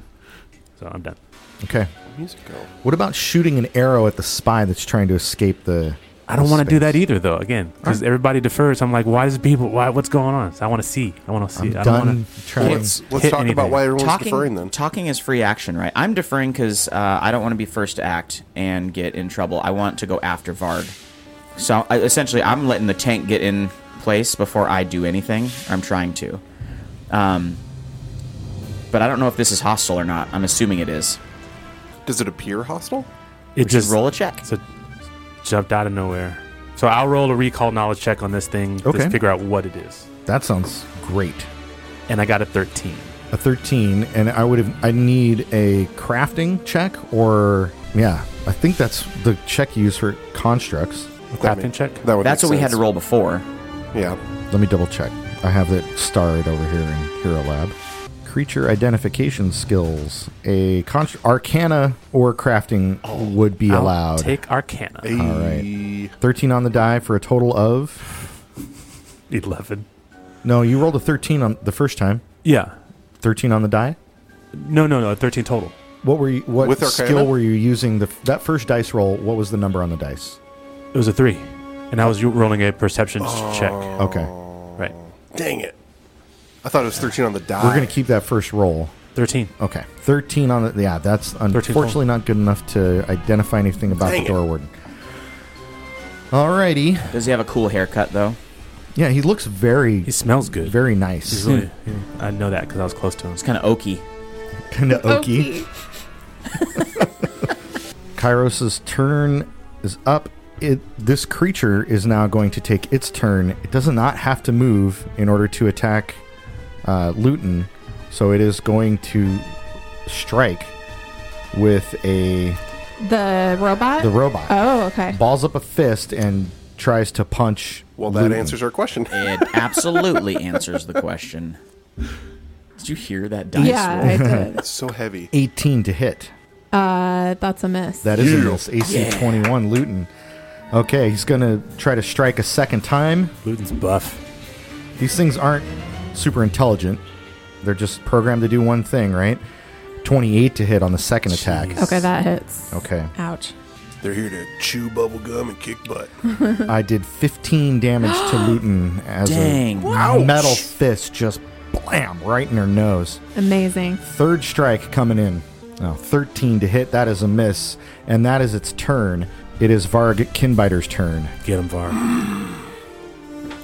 So I'm done.
Okay.
Musical.
What about shooting an arrow at the spy that's trying to escape the?
I don't want to do
space?
that either, though. Again, because everybody defers. I'm like, why is people? Why? What's going on? So I want to see. I want to see.
I'm done
I don't want
trying.
Let's let's
hit
talk
anything.
about why everyone's
talking,
deferring then.
talking is free action, right? I'm deferring because uh, I don't want to be first to act and get in trouble. I want to go after Varg. So I, essentially, I'm letting the tank get in place before I do anything. I'm trying to. Um, but I don't know if this is hostile or not. I'm assuming it is.
Does it appear hostile?
to. It
Just
just
roll a check.
So jumped out of nowhere. So I'll roll a recall knowledge check on this thing.
Okay.
Just figure out what it is.
That sounds great.
And I got a 13.
A thirteen, and I would have. I need a crafting check, or yeah, I think that's the check you use for constructs.
That
Crafting
make-
check.
That would
That's
make
what we had
sense.
to roll before.
Yeah.
Let me double check. I have that starred over here in Hero Lab. Creature identification skills. A const- arcana or crafting would be
I'll
allowed.
Take Arcana.
All right. 13 on the die for a total of.
11.
No, you rolled a 13 on the first time.
Yeah.
13 on the die.
No, no, no. 13 total.
What were you what
With arcana?
skill were you using the f- that first dice roll? What was the number on the dice?
It was a 3. And I was rolling a perception check.
Okay.
Right.
Dang it. I thought it was 13 on the die.
We're going to keep that first roll.
13.
Okay. 13 on the Yeah, that's unfortunately not good enough to identify anything about
Dang
the
it.
door warden. Alrighty.
Does he have a cool haircut though?
Yeah, he looks very,
He smells good.
very nice. (laughs)
He's really- (laughs) yeah, I know that because I was close to him.
It's kind of oaky.
kind of oaky.
Okie.
Kairos' turn is up. It this creature is now going to take its turn. It does not have to move in order to attack uh, Luton, so it is going to strike with a
The robot?
the robot.
oh, okay.
Balls up a fist and tries to punch.
well, that
Luton.
answers
(laughs)
our question.
It absolutely answers the question. Did you hear that dice
yeah,
roll?
I did.
It's so heavy.
eighteen to hit.
Uh, that's a miss.
That is a miss. AC twenty one Luton. Okay, he's gonna try to strike a second time.
Luton's buff.
These things aren't super intelligent. They're just programmed to do one thing, right? 28 to hit on the second attack.
okay, that hits.
Okay.
Ouch.
They're here to chew bubble gum and kick butt.
I did 15 damage to Luton as
Dang.
a metal fist just blam right in her nose.
Amazing.
Third strike coming in. Oh, 13 to hit. That is a miss. And that is its turn. It is Varg Kinbiter's turn.
Get him, Var.
I'm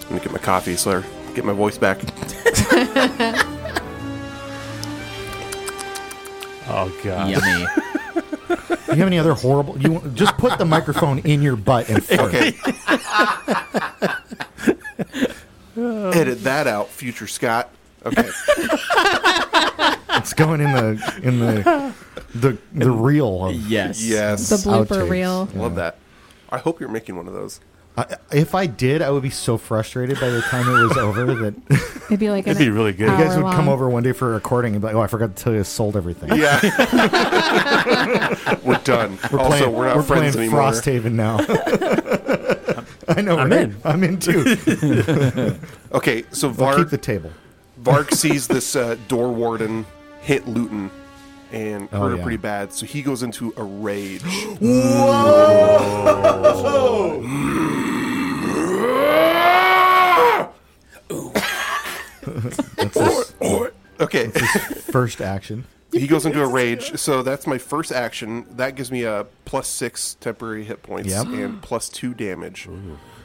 going to get my coffee, so I get my voice back.
Oh, God.
Yummy.
Do you have any other horrible? You just put the microphone in your butt and flirt.
Edit that out, future Scott. Okay.
It's going in the in the the the reel of
(laughs)
yes.
(laughs) yes.
The blooper
Outtakes.
reel.
Love that. I hope you're making one of those.
I, if I did, I would be so frustrated by the time it was over that you
It'd be like
It'd
an
be really good. You
guys
hour
would come
long.
over um, one day for a recording and be like, "Oh, I forgot to tell you, I sold everything."
Yeah. (laughs) we're done. also,
playing,
we're not friends
playing
anymore.
Frosthaven now.
(laughs)
I know.
I'm
right?
in.
I'm in too.
Okay, so
I'll
Varg,
keep the
(laughs)
table.
Varg sees this uh, door warden hit Luton and hurt her
yeah.
pretty bad, so he goes into a rage. (gasps) okay.
First action.
(laughs)
he goes into a rage. So that's my first action. That gives me a plus six temporary hit points
Yep.
(gasps)
and plus two damage.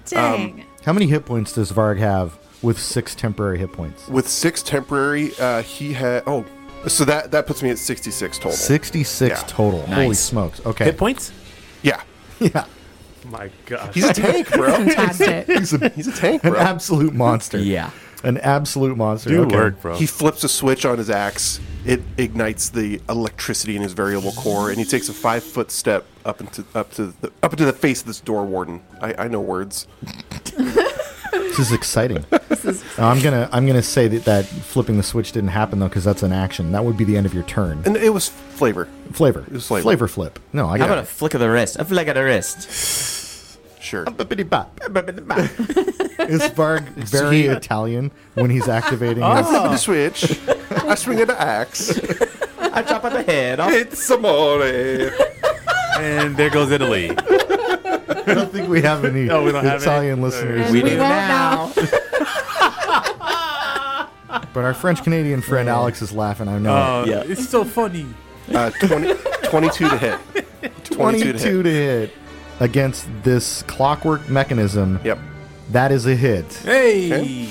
Dang.
How many hit points does Varg have with six temporary hit points?
With six temporary, uh, he had oh, so that that puts me at sixty six total.
Sixty-six
Yeah.
total. Holy
Nice.
smokes! Okay.
Hit points?
Yeah,
(laughs) Yeah.
My God.
he's a tank, bro.
Fantastic.
He's, a,
He's a tank,
an (laughs)
bro.
absolute monster.
Yeah.
An absolute monster.
Do
okay.
work, bro.
He flips a switch on his axe. It ignites the electricity in his variable core, and he takes a five foot step up into up to the up into the face of this door warden. I, I know words.
This is
(laughs)
exciting. Now, I'm gonna I'm gonna say that, that flipping the switch didn't happen though because that's an action. That would be the end of your turn.
And it was flavor.
Flavor.
was flavor.
flip. No, I
How
got
about a flick of the wrist? A flick of the wrist.
Sure.
it. (laughs) Is Varg very Italian when he's activating?
I
his-
flip
Oh.
the switch. I swing an axe.
I chop at the head Oh, off.
It's amore.
and there goes (laughs)
(laughs)
Italy.
I don't think we have any
No, we don't have any.
Italian
And
listeners.
We
we,
do
won't now.
But our French Canadian friend Alex is laughing. I know.
Uh,
Yeah.
It's so funny.
Uh, 20, 22 to hit.
22
22
to
to hit.
hit against this clockwork mechanism.
Yep.
That is a hit.
Hey.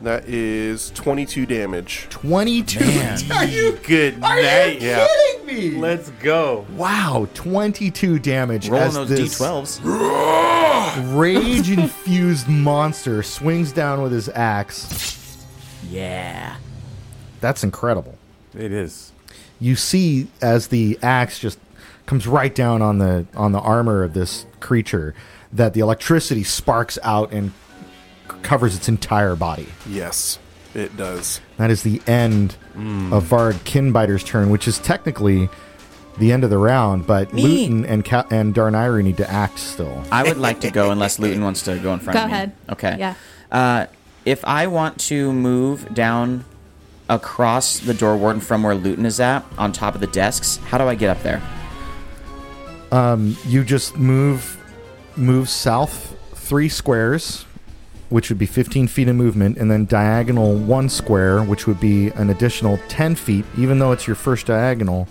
That is 22 damage.
22.
Are you good night?
Yeah.
Kidding me.
Let's go.
(laughs) Wow, 22 damage
Rolling
as
those
this
d12s.
rage-infused monster swings down with his axe.
Yeah.
That's incredible.
It is.
You see as the axe just comes right down on the on the armor of this creature that the electricity sparks out and c- covers its entire body.
Yes, it does.
That is the end
Hmm.
of Varg Kinbiter's turn, which is technically the end of the round, but
Me.
Luton and Ca- and Darnayru need to act still.
I would like to go unless Luton wants to go in front
Go
of me.
ahead.
Okay.
Yeah.
Uh, if I want to move down across the door warden from where Luton is at on top of the desks, how do I get up there?
You just move move south three squares, which would be 15 feet of movement, and then diagonal one square, which would be an additional 10 feet, even though it's your first diagonal,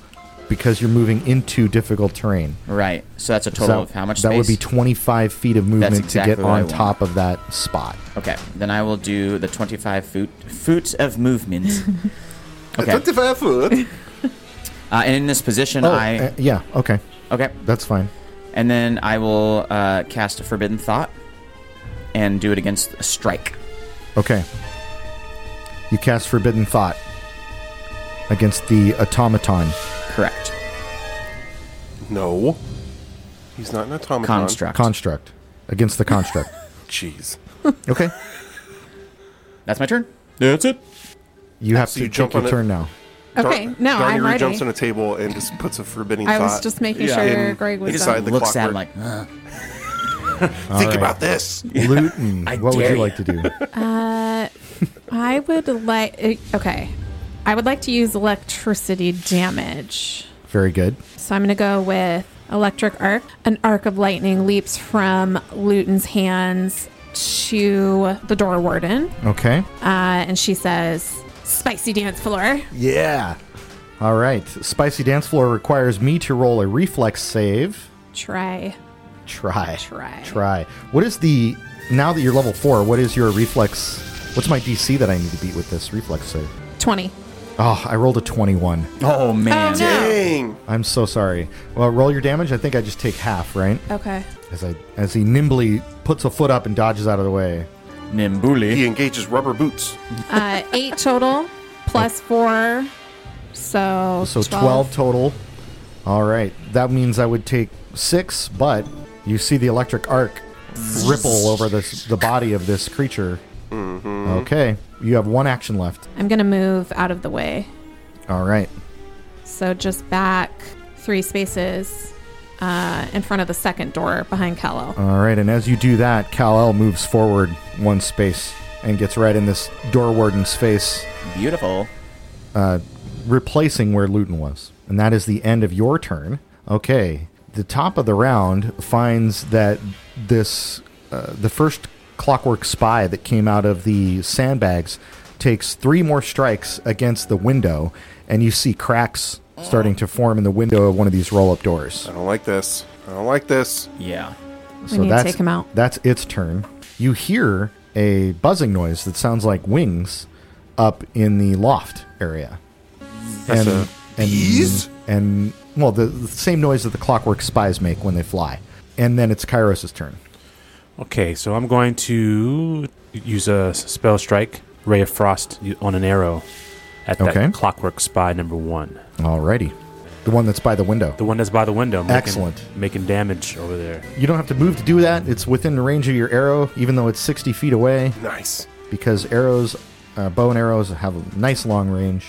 because you're moving into difficult terrain.
Right. So that's a total
So
of how much
That
space?
would be 25 feet of movement
exactly
to get
what I
on
want.
top of that spot.
Okay, then I will do the 25 foot foot of movement. Okay,
25 foot.
uh, and in this position,
Oh,
I
uh, yeah, okay.
okay,
That's fine.
and then I will uh, cast a forbidden thought and do it against a strike.
Okay. You cast Forbidden Thought against the automaton.
Correct.
No. He's not an automaton.
Construct.
Construct. Against
(laughs)
the construct.
Jeez.
okay.
That's my turn.
That's it.
You have
So
to
you
jump
jump
take your
on
turn
it. (laughs)
now.
Okay, no,
Darn
I'm
Yuri
ready.
jumps on a table and just puts a forbidding
I
thought.
was just making sure
in-
Greg was
inside
done.
the
Looks at
clockwork.
him like, "Ugh."
Think about this.
Luton, what would
dare
you
ya.
like to do?
(laughs)
I would like. Okay, I would like to use electricity damage.
Very good.
So I'm going to go with electric arc. An arc of lightning leaps from Luton's hands to the door warden,
Okay.
uh, and she says, "Spicy dance floor."
Yeah. All right. Spicy Dance Floor requires me to roll a reflex save.
Try.
Try.
Try.
Try. What is the. Now that you're level four, what is your reflex? What's my DC that I need to beat with this reflex save?
20.
Oh, I rolled a 21.
oh man,
Oh, no.
Dang.
I'm so sorry. Well, roll your damage. I think I just take half, right?
Okay.
As I as he nimbly puts a foot up and dodges out of the way.
Nimbuli.
He engages rubber boots.
Uh, eight total plus four. So,
So 12. total. All right. That means I would take 6, but you see the electric arc ripple over this, the body of this creature. Okay. You have one action left.
I'm going to move out of the way.
All right.
So just back three spaces uh, in front of the second door behind Kello.
All right. And as you do that, Kal El moves forward one space and gets right in this door warden's face,
Beautiful.
replacing where Luton was. And that is the end of your turn. Okay. The top of the round finds that this, uh, the first clockwork spy that came out of the sandbags takes three more strikes against the window, and you see cracks starting to form in the window of one of these roll up doors.
I don't like this. I don't like this.
Yeah.
we need to take him out.
That's its turn. You hear a buzzing noise that sounds like wings up in the loft area. and,
a-
and, and well, the, the same noise that the clockwork spies make when they fly. And then it's Kairos' turn.
Okay, so I'm going to use a s- spell strike, ray of frost y- on an arrow at that
Okay.
clockwork spy number one.
Alrighty. The one that's by the window.
The one that's by the window. Making,
Excellent.
Making damage over there.
You don't have to move to do that. It's within the range of your arrow, even though it's 60 feet away,
Nice.
because arrows, uh, bow and arrows, have a nice long range.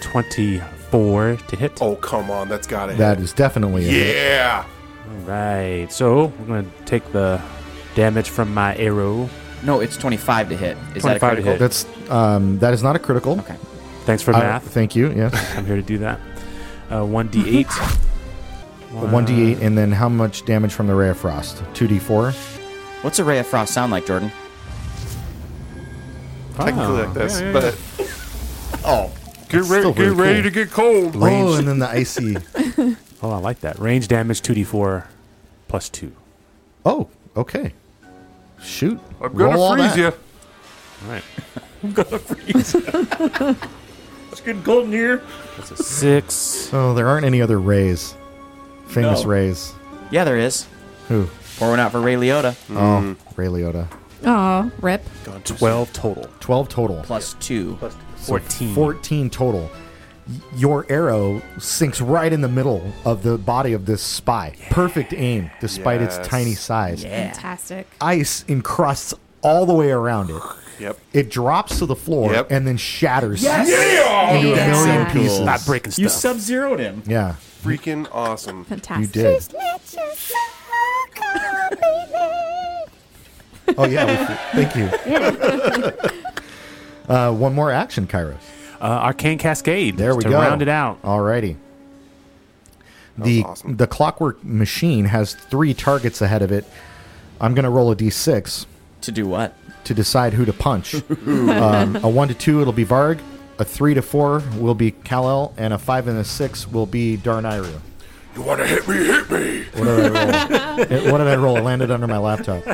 24 to hit.
Oh, come on. That's got it.
That is definitely a hit.
Yeah.
All right. So we're going to take the damage from my arrow.
No, it's 25 to hit. Is that a
25 to
critical?
hit.
That's um, that is not a critical.
Okay.
Thanks for
I-
math.
thank you. Yes,
I'm here to do that.
(laughs)
Uh, 1d8.
one d eight, and then how much damage from the ray of frost? Two d four.
What's a ray of frost sound like, Jordan?
Technically like this, but
Get ready,
still
get
really
ready
cool.
to get cold.
Oh, and then the icy.
Oh, I like that. Range damage 2d4 plus 2.
(laughs) oh, okay. Shoot!
I'm gonna
Roll all
freeze
that.
you.
All right. (laughs) I'm going to freeze. (laughs) it's getting cold in here. That's a 6.
Oh, there aren't any other rays. Famous
No.
rays.
Yeah, there is.
Who?
Pour one out for Ray Liotta.
Hmm.
Oh, Ray Liotta.
Oh, rip.
12 total.
Twelve total.
Plus two. Plus
14.
14 total. Y- Your arrow sinks right in the middle of the body of this spy. Perfect aim, despite its
Yes.
tiny size.
Fantastic.
Ice encrusts all the way around
(sighs)
it.
yep.
It drops to the floor
Yep.
and then shatters
Hey,
into a
that's
million
so cool.
pieces.
Not breaking stuff.
You sub zeroed him.
Yeah,
Freaking awesome.
you
Fantastic.
did. oh yeah, we- thank you. Uh, one more action, Kairos.
uh, Arcane Cascade.
There we
to
go. Oh.
round it out.
Alrighty. The
awesome.
the clockwork machine has three targets ahead of it. I'm gonna roll a d6
To do what?
to decide who to punch.
(laughs)
um, a one to two, it'll be Varg. A three to four will be Kal-El, and a five and a six will be Darnayru.
You want to hit me? Hit me.
What did I roll? Eh, what did I roll? It landed under my laptop.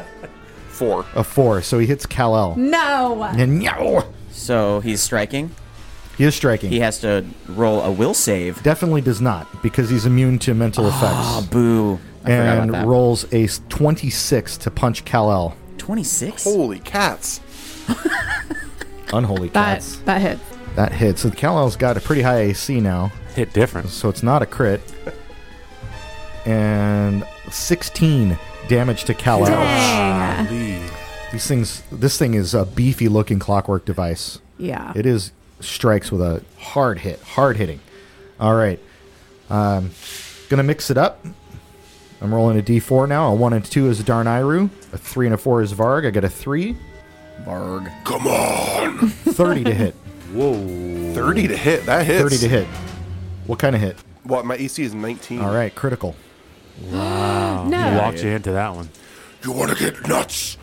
Four.
A four, so he hits Kal-El.
No.
And yow!
So he's striking.
he is striking.
He has to roll a will save.
Definitely does not because he's immune to mental effects.
Boo. Ah, I forgot about
and
that.
rolls a s- 26 to punch Kal-El.
26?
Holy cats.
Unholy
That
cats.
that hit.
That hits. So Kal-El's got a pretty high AC now,
Hit difference.
so it's not a crit. And 16 damage to Kal-El.
Dang.
These things, this thing is a beefy looking clockwork device.
Yeah.
It is strikes with a hard hit, hard hitting. All right, um, gonna mix it up. I'm rolling a D4 now. A one and two is Darnayru. A three and a four is Varg. I got a three.
Barg.
Come on.
30 to hit.
30 to hit. That hits.
30 to hit. What kind of hit?
What? My AC is 19.
All right, critical.
You
No.
walked you into that one.
You want to get nuts?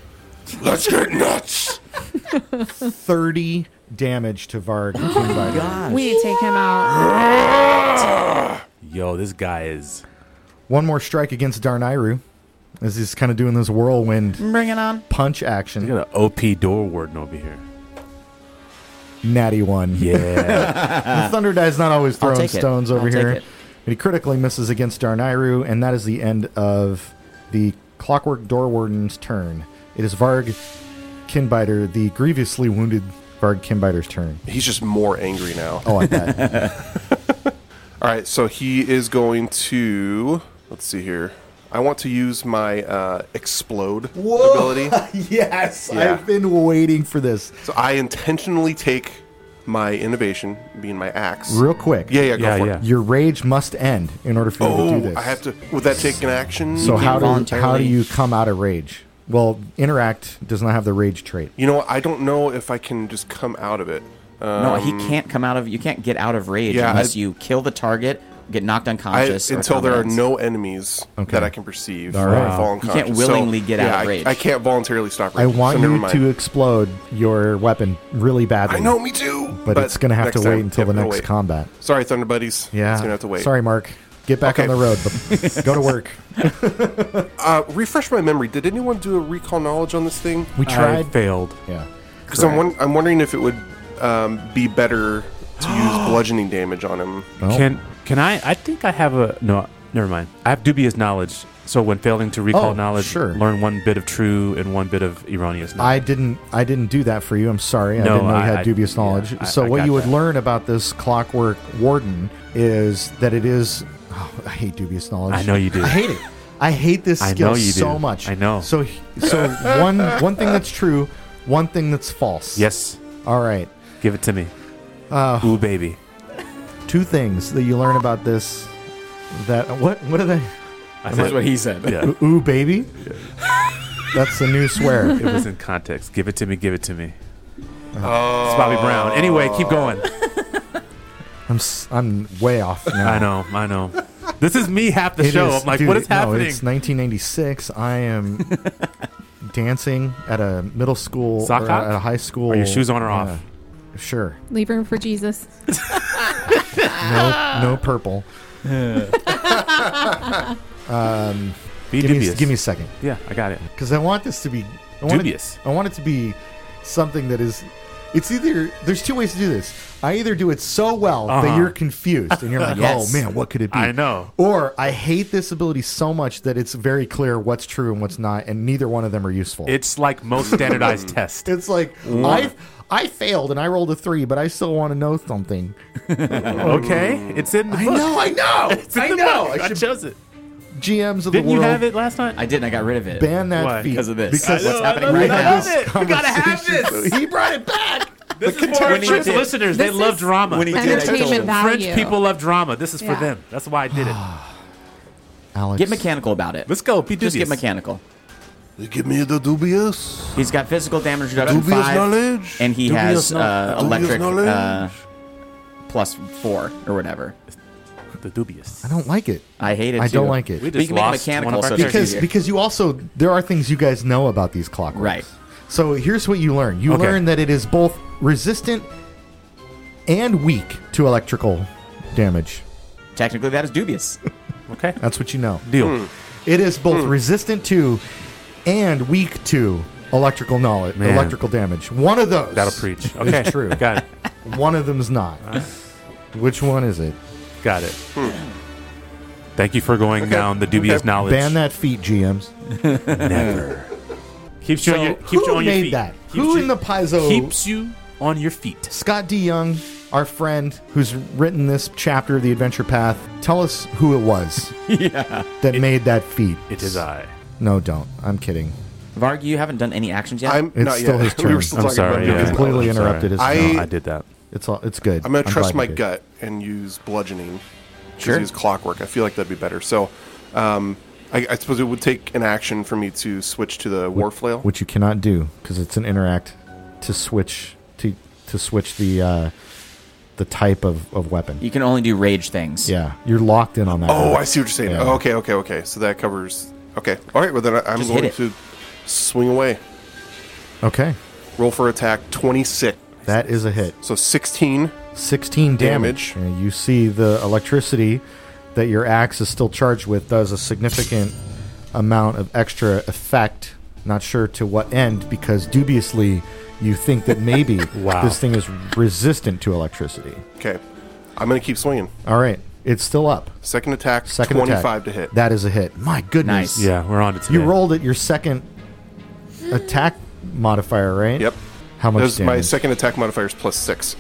Let's get nuts.
30 damage to Varg. Team Varg.
We need to take him out.
Yo, this guy is.
One more strike against Darnayru as he's kind of doing this whirlwind
Bring it on.
punch action.
Look at an OP door warden over here.
(laughs) Natty one.
Yeah.
The Thunder Die's not always throwing
take it.
stones over
Uh, I'll take
here.
it.
And he critically misses against Darnayru, and that is the end of the Clockwork Door Warden's turn. It is Varg Kinbiter, the grievously wounded Varg Kinbiter's turn.
He's just more angry now.
Oh,
(laughs)
I bet.
All right, so he is going to. Let's see here. I want to use my uh, explode ability.
yes,
Yeah.
I've been waiting for this.
So I intentionally take my innovation, being my axe.
Real quick.
Yeah, yeah, go
Yeah,
for
yeah.
it.
Your rage must end in order for you to do
Oh,
this.
I have to. Would that take an action?
So how do how do
voluntarily-
you come out of rage? Well, interact does not have the rage trait.
you know, what? I don't know if I can just come out of it. Um,
No, he can't come out of. You can't get out of rage
yeah,
unless
I-
you kill the target, get knocked
I,
unconscious, or
until there are
combat.
no enemies
Okay.
that I can perceive.
All
or
right.
fall
You can't
unconscious. So,
willingly get out
yeah,
of
I-
rage.
I, can't voluntarily stop.
I
Rage,
want
so never
you
mind.
to explode your weapon really badly.
I know, me too.
but, it's going to have to
next
wait
time,
until
yeah,
the
we'll
next
wait.
combat.
Sorry, Thunder Buddies.
Yeah.
It's gonna have to wait.
Sorry, Mark. Get back on
Okay.
the road.
(laughs)
But go to work.
Uh, refresh my memory. Did anyone do a recall knowledge on this thing?
We
I
tried.
failed.
yeah.
Because I'm, won- I'm wondering if it would um, be better to
(gasps)
use bludgeoning damage on him.
Well,
Can can I? I think I have a no. Never mind. I have dubious knowledge. So when failing to recall
Oh,
knowledge,
sure.
learn one bit of true and one bit of erroneous. knowledge.
I didn't. I didn't do that for you. I'm sorry. I
No,
didn't know you
I-
had
I-
dubious
yeah,
knowledge.
I-
so
I
what
got
you would
that.
learn about this clockwork warden is that it is Oh, I hate dubious knowledge.
I know you do.
I hate it. I hate this
I
skill
know you
so
do.
much.
I know.
So so one one thing that's true, one thing that's false.
Yes,
All right.
give it to me.
Oh.
Ooh, baby.
Two things that you learn about this. That what what are they?
I
That's what he said.
Yeah,
Ooh, baby. That's the new swear.
it was in context. Give it to me. Give it to me.
Uh-huh.
It's Bobby Brown. Anyway,
Oh.
keep going.
I'm s- I'm way off now.
I know. I know. This is me half the
It
show.
is-
I'm like,
dude,
what is happening?
No, it's 1996. I
(laughs)
am dancing at a middle school
Sock
or
hop?
at a high school.
Are your shoes on or
Yeah.
off?
Sure.
Leave room for Jesus.
No, no purple.
Be
Give me,
dubious.
give me a second,
Yeah, I got it.
because I want this to be I want it-
Dubious.
I want it to be something that is. It's either there's two ways to do this. I either do it so well
Uh-huh.
that you're confused and you're
(laughs)
like,
Yes.
"Oh man, what could it be?"
I know.
Or I hate this ability so much that it's very clear what's true and what's not, and neither one of them are useful.
It's like most
(laughs)
standardized test.
It's like I I failed and I rolled a three, but I still want to know something.
Okay, it's in the book.
Oh. (laughs) I know.
(laughs) It's in the book. I, chose it.
GMs of
Didn't
the world
you have it last night?
I did, and I got rid of it.
ban that
Why?
feat
Because of this.
Because
I know,
what's
I
happening
love
right
it, I
now?
love
this
We gotta have
conversation-
this.
He brought it back.
This is for our
When he
French
did-
listeners. They
This
love
is-
drama.
When he did, I told
Entertainment
him.
value.
French people love drama. This is for
Yeah.
them. That's why I did it.
Alex,
Get mechanical about it.
Let's go. Be
Just get
dubious.
mechanical.
You give me the dubious.
He's got physical damage reduction
Dubious
five,
knowledge.
and he
Dubious
has
kno-
uh,
dubious
electric
knowledge.
uh, plus four or whatever.
The dubious.
I don't like it.
I hate it.
I don't
too.
like it.
We
But
just
you can make it
lost
mechanical,
one of our
so it's
because
easier.
because you also there are things you guys know about these clockworks.
Right.
So here's what you learn. You
Okay.
learn that it is both resistant and weak to electrical damage.
Technically, that is
(laughs)
dubious.
Okay.
That's what you know.
Deal.
It is both resistant to and weak to electrical knowledge,
Man.
electrical damage. One of those
That'll preach. Okay.
true.
(laughs) Got it.
One of them's not. Which one is it?
Got it. Thank you for going down the dubious knowledge.
Ban that feat, GMs.
Never. Keeps you on your, keeps
Who
you on
made
your feet.
that?
Keeps
Who
you-
in the piezo?
keeps you on your feet?
Scott D. Young, our friend who's written this chapter of the Adventure Path. Tell us who it
(laughs)
was. yeah. That made that feat.
It is I.
No, don't. I'm kidding.
Varg, you haven't done any actions yet.
I'm
It's
not
still
yet. (laughs)
his
We
turn.
were still
I'm
talking
sorry,
about
yeah.
dubious knowledge.
Completely
I'm sorry.
interrupted his.
I-
I did that.
it's all. It's good.
I'm gonna trust
glad
my
you did.
gut and use bludgeoning.
Sure.
Sure. Use clockwork. I feel like that'd be better. So, um, I, I suppose it would take an action for me to switch to the war flail.
which you cannot do because it's an interact to switch to to switch the uh, the type of, of weapon.
you can only do rage things.
Yeah, you're locked in on that.
Oh, I see what you're saying.
Yeah.
Oh, okay, okay, okay. So that covers. Okay. All right. Well, then I, I'm
Just hit
going
it.
to swing away.
Okay,
Roll for attack. 26.
that is a hit.
So 16.
16 damage.
Damage.
Uh, you see the electricity that your axe is still charged with does a significant amount of extra effect. Not sure to what end because dubiously you think that
(laughs)
maybe
Wow.
this thing is resistant to electricity.
Okay. I'm gonna keep swinging.
All right, it's still up.
Second attack.
Second
25
attack.
to hit.
That is a hit. My goodness.
Nice.
Yeah, we're on to today.
You rolled at your second attack modifier, right?
yep.
How much
That's
damage?
my second attack modifier is plus six.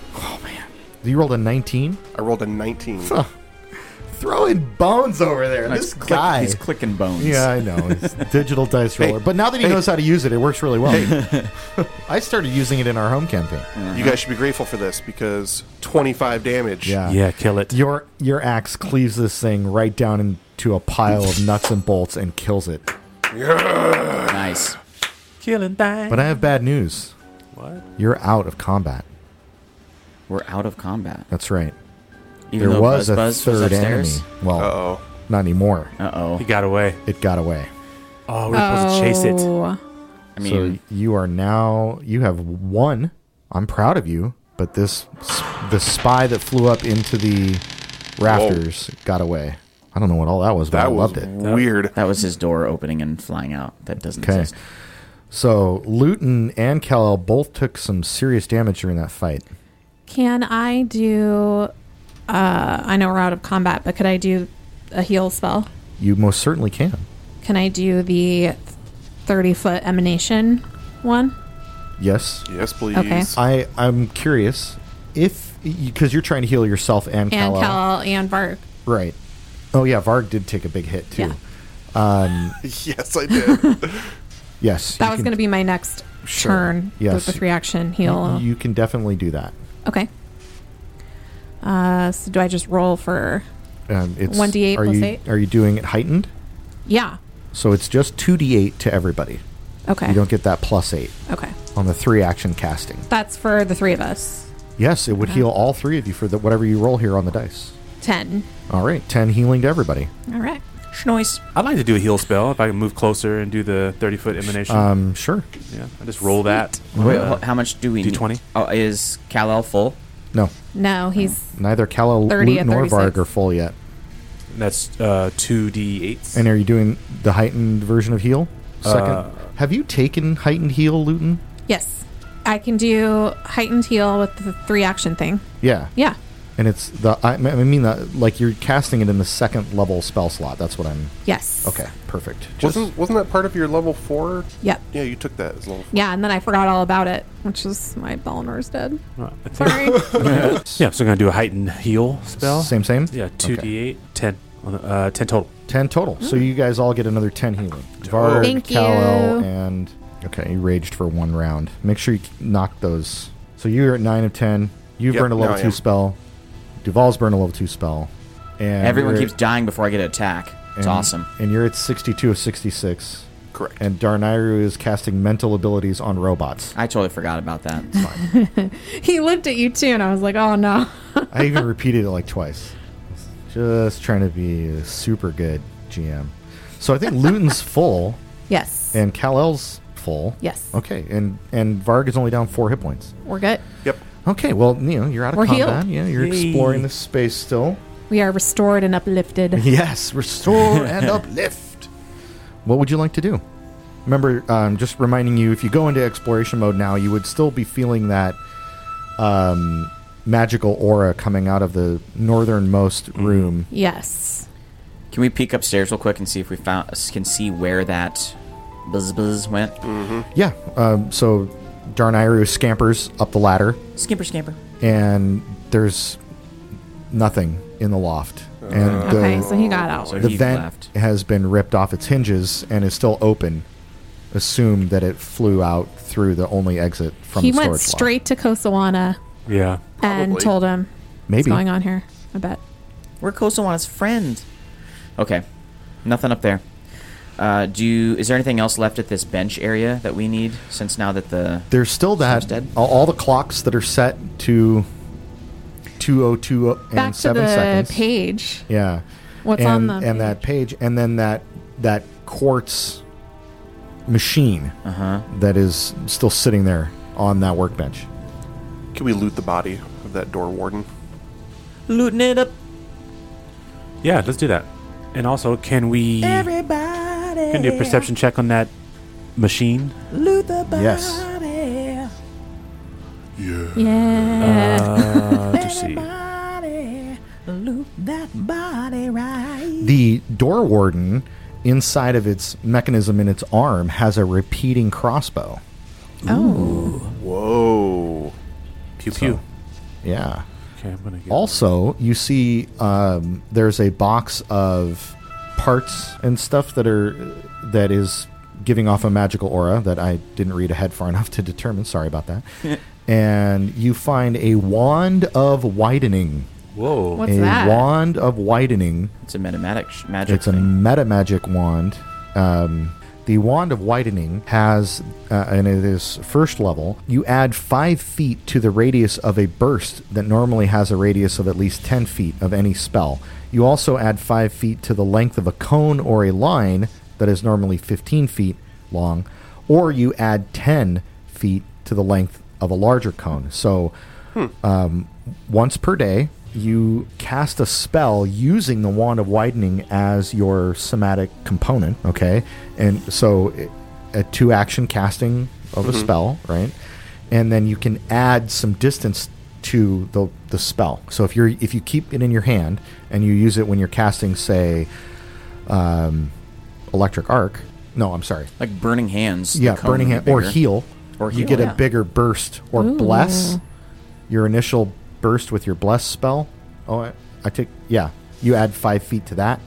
You rolled a 19.
I rolled
(laughs)
a 19.
Throwing bones over there.
Nice
This
click-
guy.
he's clicking bones.
yeah, I know. It's digital dice roller. but now that he knows how to use it, it works really well. (laughs) I started using it in our home campaign.
You guys should be grateful for this because 25 damage.
Yeah.
Yeah, kill it.
Your your axe cleaves this thing right down into a pile of nuts and bolts and kills it.
Nice.
Killing thing.
But I have bad news.
what?
You're out of combat.
We're out of combat.
That's right.
Even
there
though
was
Buzz
a
Buzz was
third enemy.
upstairs.
Well,
Uh-oh.
not anymore.
Uh oh.
He got away.
It got away.
Oh, we're supposed to chase it.
Oh.
I mean,
so you are now you have won. I'm proud of you, but this the spy that flew up into the rafters got away. I don't know what all that was, but I
That was
loved it.
weird.
that was his door opening and flying out. That doesn't
Okay.
exist.
So Luton and Kal both took some serious damage during that fight.
Can I do? Uh, I know we're out of combat, but could I do a heal spell?
You most certainly can.
Can I do the thirty foot emanation one?
Yes.
Yes, please.
Okay.
I I'm curious if because you're trying to heal yourself
And
and Kal.
Cal and Varg.
Right. Oh yeah, Varg did take a big hit too.
Yeah.
Um,
(laughs) yes, I did.
(laughs)
Yes,
That was going to be my next turn
Yes.
with the three action heal.
You can definitely do that.
okay. Uh, so do I just roll for?
Um, it's
1d8
are
plus
you,
eight?
Are you doing it heightened?
Yeah.
So it's just two d8 to everybody.
Okay.
You don't get that plus eight
okay.
on the three action casting.
That's for the three of us.
Yes, it
Uh-huh.
would heal all three of you for the, whatever you roll here on the dice.
Ten.
All right, ten healing to everybody.
All right.
Schnoise.
I'd like to do a heal spell if I can move closer and do the 30 foot emanation.
Um, sure.
yeah, I just roll that.
Wait,
Uh,
wh- how much do we need?
D20?
Oh, is Kal-El full?
No,
No, he's
neither Kala,
30
Loot,
at
nor Varg
36.
are full yet.
That's uh, 2d8s.
And are you doing the heightened version of heal? Second,
Uh,
have you taken heightened heal, Luton?
yes. I can do heightened heal with the three action thing.
Yeah.
Yeah.
And it's the I, I mean the like you're casting it in the second level spell slot. That's what I'm.
Yes.
Okay, perfect. Just
wasn't wasn't that part of your level four?
Yep.
Yeah, you took that as level. Four.
Yeah, and then I forgot all about it, which is my Balnor's dead.
Uh, I
(laughs)
think-
Sorry.
(laughs) Yeah, so I'm going to do a heightened heal spell.
same same.
Yeah,
Okay.
2d8, 10. on the- Uh, 10 total.
Ten total. So you guys all get another ten healing. Varg,
Thank you.
Kal-El, and okay, you raged for one round. Make sure you knock those. So you're at nine of ten. You've
Yep, Oh,
burned a
now
level
I
two
am.
spell. Duval's burned a level two spell. And
Everyone
you're-
keeps dying before I get an attack. It's
and-
awesome.
And you're at 62 of 66.
Correct.
And Darnayru is casting mental abilities on
(laughs)
robots.
I totally forgot about that.
he looked at you too, and I was like, oh no.
I even repeated it like twice. Just trying to be a super good GM. So I think Luton's full
Yes.
and Kal-El's full.
Yes.
Okay. And and Varg is only down 4 hit points.
We're good.
Yep.
Okay, well, you know, you're out of
We're
combat.
healed.
Yeah, you're
Yay.
exploring this space still.
We are restored and uplifted.
Yes, restore and uplift. What would you like to do? Remember, um, just reminding you, if you go into exploration mode now, you would still be feeling that um, magical aura coming out of the northernmost room.
Yes.
Can we peek upstairs real quick and see if we found can see where that buzz buzz went?
Yeah, um, so Darnayru scampers up the ladder,
Skimper, scamper.
and there's nothing in the loft. and the,
Okay, so he got out.
So
the
he
vent
left.
has been ripped off its hinges and is still open. Assume that it flew out through the only exit from
He
the storage
went
loft.
straight to Kosawana
Yeah.
and
Probably.
told him what's
Maybe.
going on here. I bet.
We're Kosawana's friend. Okay, nothing up there. Uh, do you, is there anything else left at this bench area that we need? Since now that the
There's still
Sounds
that
dead.
all, all the clocks that are set to 202 and
Back to
7
the
seconds.
page.
Yeah.
What's
and,
on the
and that page and then that that quartz machine that is still sitting there on that workbench.
Can we loot the body of that door warden?
looting it up,
Yeah, let's do that. And also, can we. Everybody! Can do a perception check on that machine?
Yes.
Yeah.
Uh, to see.
The door warden inside of its mechanism in its arm has a repeating crossbow.
Whoa.
Pew pew.
Yeah.
Okay, I'm going to get.
Also, you see um, there's a box of parts and stuff that are that is giving off a magical aura that I didn't read ahead far (laughs) enough to determine. Sorry about
(laughs)
that. and you find a wand of widening.
Whoa.
What's
a
that?
wand of widening.
it's a metamatic sh- magic
It's a
thing.
meta magic wand. Um, the wand of widening has, uh, and it is first level. You add five feet to the radius of a burst that normally has a radius of at least ten feet of any spell. You also add five feet to the length of a cone or a line that is normally fifteen feet long, or you add ten feet to the length of a larger cone. So once per day, you cast a spell using the Wand of Widening as your somatic component, okay? And so it, a two action casting of a spell, right? And then you can add some distance to the, the spell. So if you're if you keep it in your hand and you use it when you're casting say um, electric arc, no, I'm sorry.
like burning hands. the
Yeah,
cone
burning
would
hand
be
or
bigger.
heal.
Or
you
heal,
get
yeah.
a bigger burst or bless. Your initial burst with your bless spell. Oh, I, I take yeah. You add five feet to that.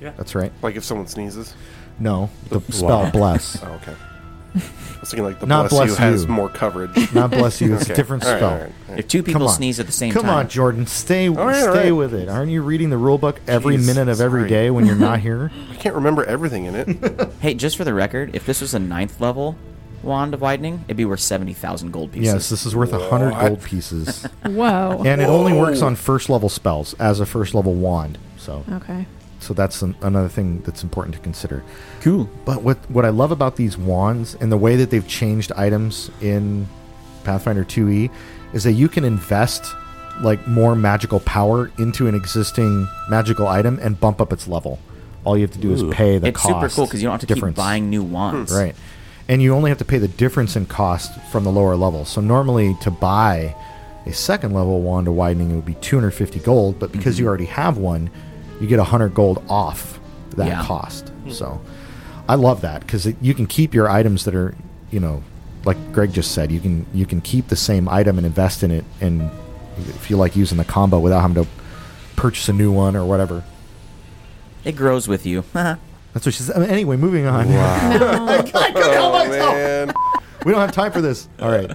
Yeah.
That's right.
Like if someone sneezes.
No, the spell bless.
(laughs) Oh, okay. I was thinking like the
Not
bless, you
bless
has
you.
more coverage.
(laughs) Not bless you. It's
Okay.
a different
All right,
spell.
all right, all right.
If two
Come
people
on.
sneeze at the same
Come
time,
on, Jordan. Stay
right,
stay
all right.
with it. Aren't you reading the rule book every
Jeez,
minute of every
sorry.
day when you're
(laughs)
not here?
I can't remember everything
(laughs)
in it.
hey, just for the record, if this was a ninth level wand of widening, it'd be worth seventy thousand gold pieces.
yes, this is worth a hundred gold pieces,
(laughs) Whoa.
and it only works on first level spells as a first level wand. So,
Okay.
so that's an, another thing that's important to consider.
cool.
But what what I love about these wands and the way that they've changed items in Pathfinder 2e is that you can invest like more magical power into an existing magical item and bump up its level. All you have to do is pay the
It's
cost.
super cool because you don't have to
difference.
keep buying new wands.
Hmm.
Right. And you only have to pay the difference in cost from the lower level. So normally to buy a second level wand of widening it would be 250 gold, but because you already have one, you get 100 gold off that
Yeah.
cost. So I love that cuz you can keep your items that are, you know, like Greg just said, you can you can keep the same item and invest in it and if you like using the combo without having to purchase a new one or whatever.
It grows with you. (laughs)
That's what she said. Anyway, moving on.
oh man,
(laughs) we don't have time for this. All right.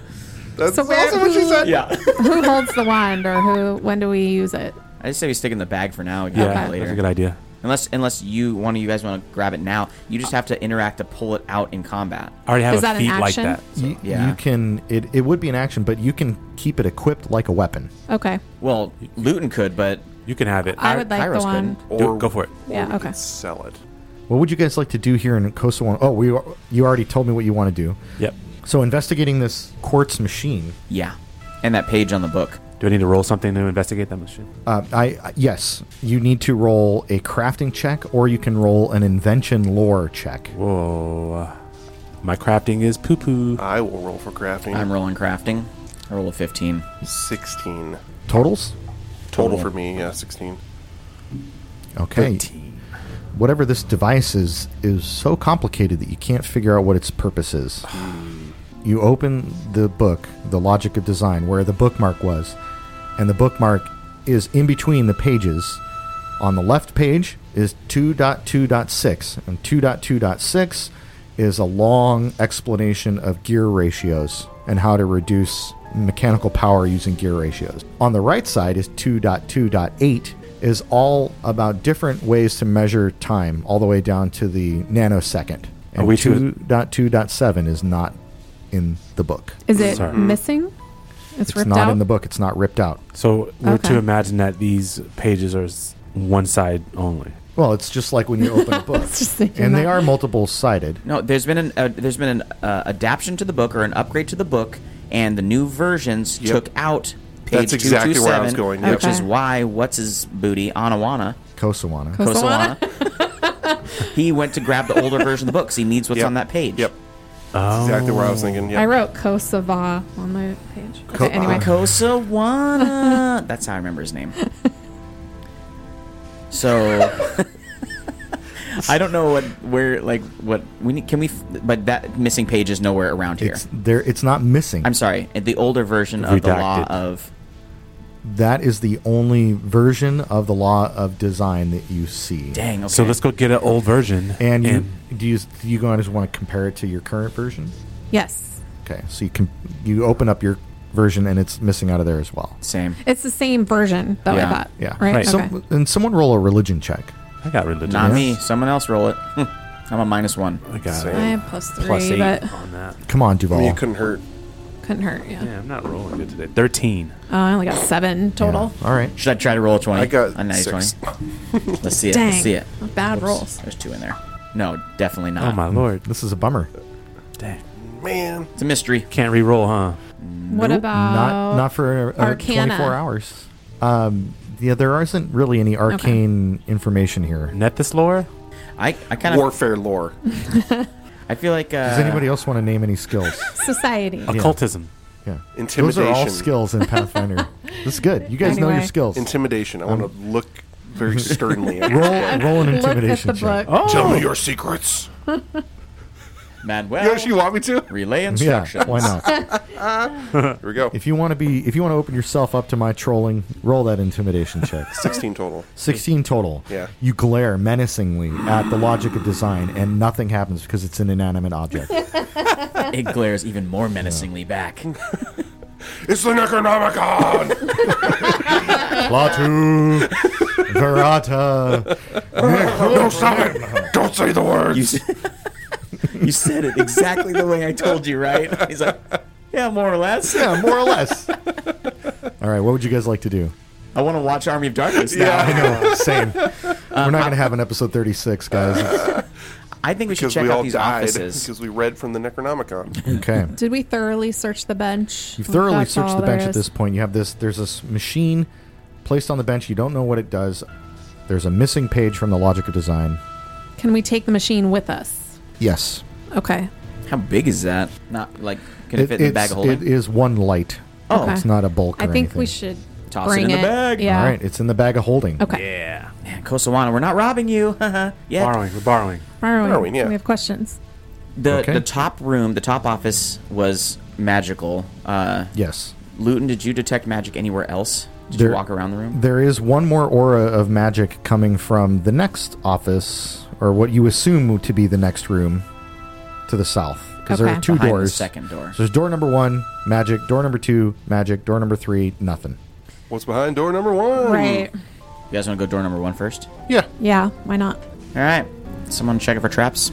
that's
So where-
also what she said.
yeah.
Who holds the wand or who? When do we use it?
I just say we stick it in the bag for now. We can
Yeah,
do it
Okay.
later.
that's a good idea.
Unless unless you one of you guys want to grab it now, you just have to interact to pull it out in combat.
I already have
Is
a
that an
feat like
action?
that.
you,
yeah.
you can it, it would be an action but you can keep it equipped like a weapon
Okay.
Well, Luton could, but
You can have it.
I would like
Kairos
the wand.
couldn't.
Do it. Go for it.
Yeah,
we
okay.
could Sell it.
what would you guys like to do here in coastal one? Oh, we you already told me what you want to do
Yep.
so investigating this quartz machine
yeah, and that page on the book.
Do I need to roll something to investigate that machine?
uh, I I- yes you need to roll a crafting check or you can roll an invention lore check
Whoa. uh, My crafting is poo poo.
I will roll for crafting.
I'm rolling crafting. I roll a fifteen.
sixteen
totals
total for me. Yeah, sixteen.
okay whatever this device is is so complicated that you can't figure out what its purpose is. you open the book, The Logic of Design, where the bookmark was, and the bookmark is in between the pages. On the left page is 2.2.6, and 2.2.6 is a long explanation of gear ratios and how to reduce mechanical power using gear ratios. On the right side is 2.2.8 is all about different ways to measure time all the way down to the nanosecond.
Are
And
we to-
2.2.7 is not in the book.
Is it
Sorry.
missing? It's,
It's
ripped
not
out.
in the book. It's not ripped out.
So we're
Okay.
to imagine that these pages are s- one side only.
Well, it's just like when you
(laughs)
open a book,
just thinking
and they
that.
are multiple sided.
No, there's been an uh, there's been an uh, adaptation to the book or an upgrade to the book, and the new versions
Yep.
took out page
That's exactly where I was
227,
going,
which
yep.
is
Okay.
why what's his booty Anawana
Kosawana.
Kos- Kosawana?
Kosawana, he went to grab the older version of the book because he needs what's
Yep.
on that page.
Yep. That's exactly where I was thinking.
I
Yep.
wrote Kosovo on my page. Okay,
Co- uh,
anyway.
Uh, (laughs)
Kosawana. That's how I remember his name. So I don't know what where like what we need, can we f- but that missing page is nowhere around here.
it's there. It's not missing.
I'm sorry, the older version of the law
Redacted.
of
That is the only version of the law of design that you see.
dang. Okay.
So let's go get an old version.
And you do you do you guys want to compare it to your current version?
Yes.
Okay, so you can you open up your version and it's missing out of there as well.
same.
It's the same version, though,
Yeah.
I thought.
Yeah,
Right?
Right.
Okay.
Some, and someone roll a religion check.
I got religion.
Not me. Someone else roll it. Hm, I'm a minus one.
I got
Same.
I have plus three,
plus eight
but
on that.
Come on,
I
Duval.
mean, it couldn't hurt.
couldn't hurt. Yeah.
Yeah, I'm not rolling good today. Thirteen.
Oh, I only got seven
Yeah.
total.
All right.
Should I try to roll a twenty?
I got
a nice
six.
twenty. Let's see it.
Dang.
Let's see it.
Bad rolls.
There's two in there. No, definitely
Oh
not.
my lord.
This is a bummer.
Dang.
Man,
It's a mystery.
Can't re-roll, huh?
What about
not not for uh,
Arcana?
24 hours. Um, yeah, there isn't really any arcane information here.
Net this lore?
I, I kind of
warfare lore.
(laughs) I feel like uh,
Does anybody else want to name any
(laughs)
skills?
society?
Occultism.
Yeah. Those
Intimidation.
are all skills in
(laughs)
Pathfinder. this is good. You guys know your
Anyway.
skills.
Intimidation. I want to look
(laughs)
very sternly at
roll, roll
Look
an
at
intimidation
the book.
check.
Oh,
Tell me your secrets.
Manuel,
You know, she want me to.
relay
Yeah, (laughs)
instruction.
why not?
Here we go.
If you want to be, if you want to open yourself up to my trolling, roll that intimidation
(laughs)
check.
Sixteen total.
16 total.
Yeah.
You glare menacingly at the logic of design, and nothing happens because it's an
(laughs)
inanimate object.
It glares even more menacingly (laughs) back.
It's the Necronomicon!
(laughs) Latu, Verata.
no, stop it! Don't say the
You,
words!
s- you said it exactly the way I told you, right? (laughs) He's like, yeah, more or less.
Yeah, more or less. All right, what would you guys like to do?
I want to watch Army of Darkness now.
I know, same. We're not going to have an episode 36, guys.
I think we should
Because
check
we
out
all
these
died.
offices.
Because we read from the Necronomicon.
Okay.
Did we thoroughly search the bench?
You've thoroughly
That's
searched
all
the bench
there is.
at this point. You have this. There's this machine placed on the bench. You don't know what it does. There's a missing page from the logic of design.
Can we take the machine with us?
Yes,
Okay.
How big is that? Not like can it,
It-
fit in the bag
it's-
of holding?
It is one light.
Oh.
it's not a bulk.
I
or
think
anything.
we should
Toss it
bring
in the bag.
Yeah.
All right, it's in the bag of holding.
Okay.
Yeah.
Man, Kosawana, we're not robbing you. (laughs) yeah,
Borrowing. We're borrowing.
Borrowing.
Borrowing, yeah.
We have questions.
the
Okay.
the top room, the top office was magical. Uh,
Yes.
Luton, did you detect magic anywhere else? Did you walk around the room?
There is one more aura of magic coming from the next office, or what you assume to be the next room to the south. Because there
Okay.
are two
Behind
doors.
the second door.
So there's door number one, magic. Door number two, magic. Door number three, nothing.
What's behind door number
Hmm.
one?
Right.
You guys want to go door number one first?
Yeah.
Yeah. Why not?
All right. Someone check it for traps,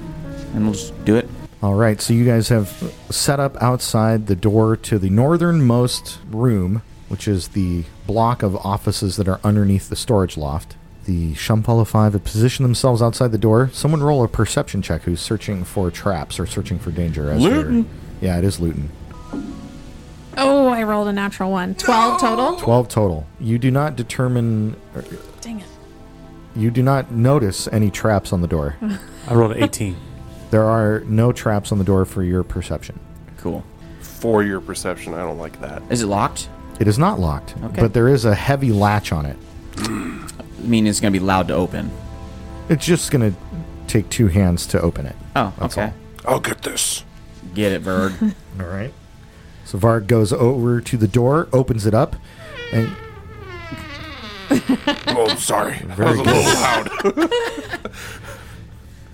and we'll just do it.
All right, so you guys have set up outside the door to the northernmost room, which is the block of offices that are underneath the storage loft. The Shampala Five have positioned themselves outside the door. Someone roll a perception check who's searching for traps or searching for danger. As Luton. Yeah, it is Luton.
Oh, I rolled a natural one. 12 total?
12 total. You do not determine, or
Dang it.
you do not notice any traps on
(laughs)
the door.
I rolled an 18.
there are no traps on the door for your perception.
Cool.
For your perception, I don't like that.
Is it locked?
It is not locked,
Okay.
but there is a heavy latch on it.
I mean, it's going to be loud to open.
It's just gonna take two hands to open it.
Oh,
That's
okay.
I'll get this.
Get it,
(laughs)
Bird. Uh,
All right. So Varg goes over to the door, opens it up, and
Oh, sorry. That
Very
was a little loud.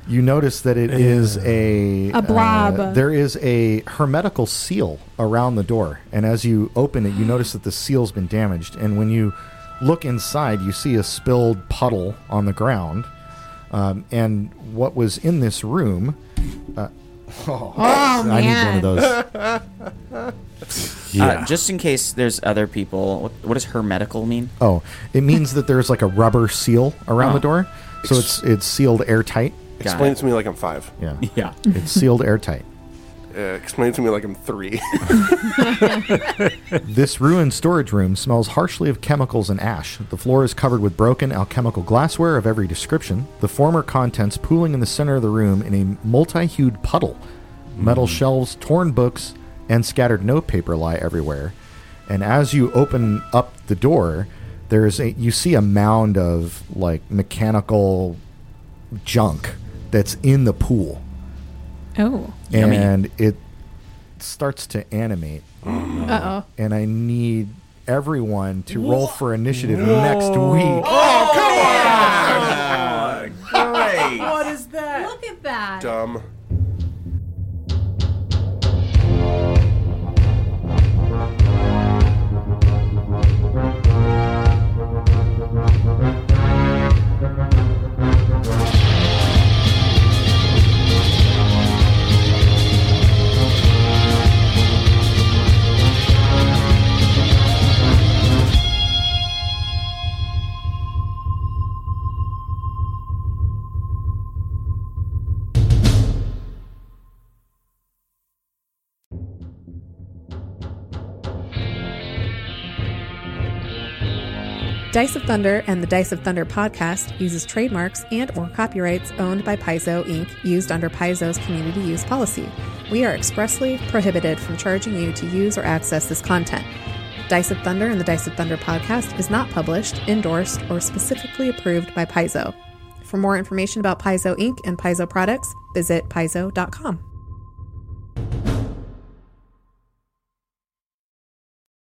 you notice that it is a uh,
A blob.
there is a hermetical seal around the door, and as you open it, you notice that the seal's been damaged. And when you look inside, you see a spilled puddle on the ground, um, and what was in this room. uh,
Oh, man.
I need one of those.
uh, just in case there's other people. What, what does hermetical mean?
Oh, it means that there's like a rubber seal around the door, so it's it's sealed airtight.
(laughs) Explain
it.
it to me like I'm five.
Yeah.
Yeah. (laughs)
It's sealed airtight.
Uh, explain it to me like I'm three. (laughs)
This ruined storage room smells harshly of chemicals and ash. The floor is covered with broken alchemical glassware of every description, the former contents pooling in the center of the room in a multi hued puddle. Metal shelves, torn books, and scattered notepaper lie everywhere. And as you open up the door, there is a you see a mound of like mechanical junk that's in the pool.
Oh.
Yummy.
and it starts to animate.
Uh oh.
And I need everyone to roll for initiative next week.
What is that? Look at that.
Dumb.
Dice of Thunder and the Dice of Thunder podcast uses trademarks and or copyrights owned by Paizo Inc. used under Paizo's community use policy. We are expressly prohibited from charging you to use or access this content. Dice of Thunder and the Dice of Thunder podcast is not published, endorsed, or specifically approved by Paizo. For more information about Paizo Inc. and Paizo products, visit paizo.com.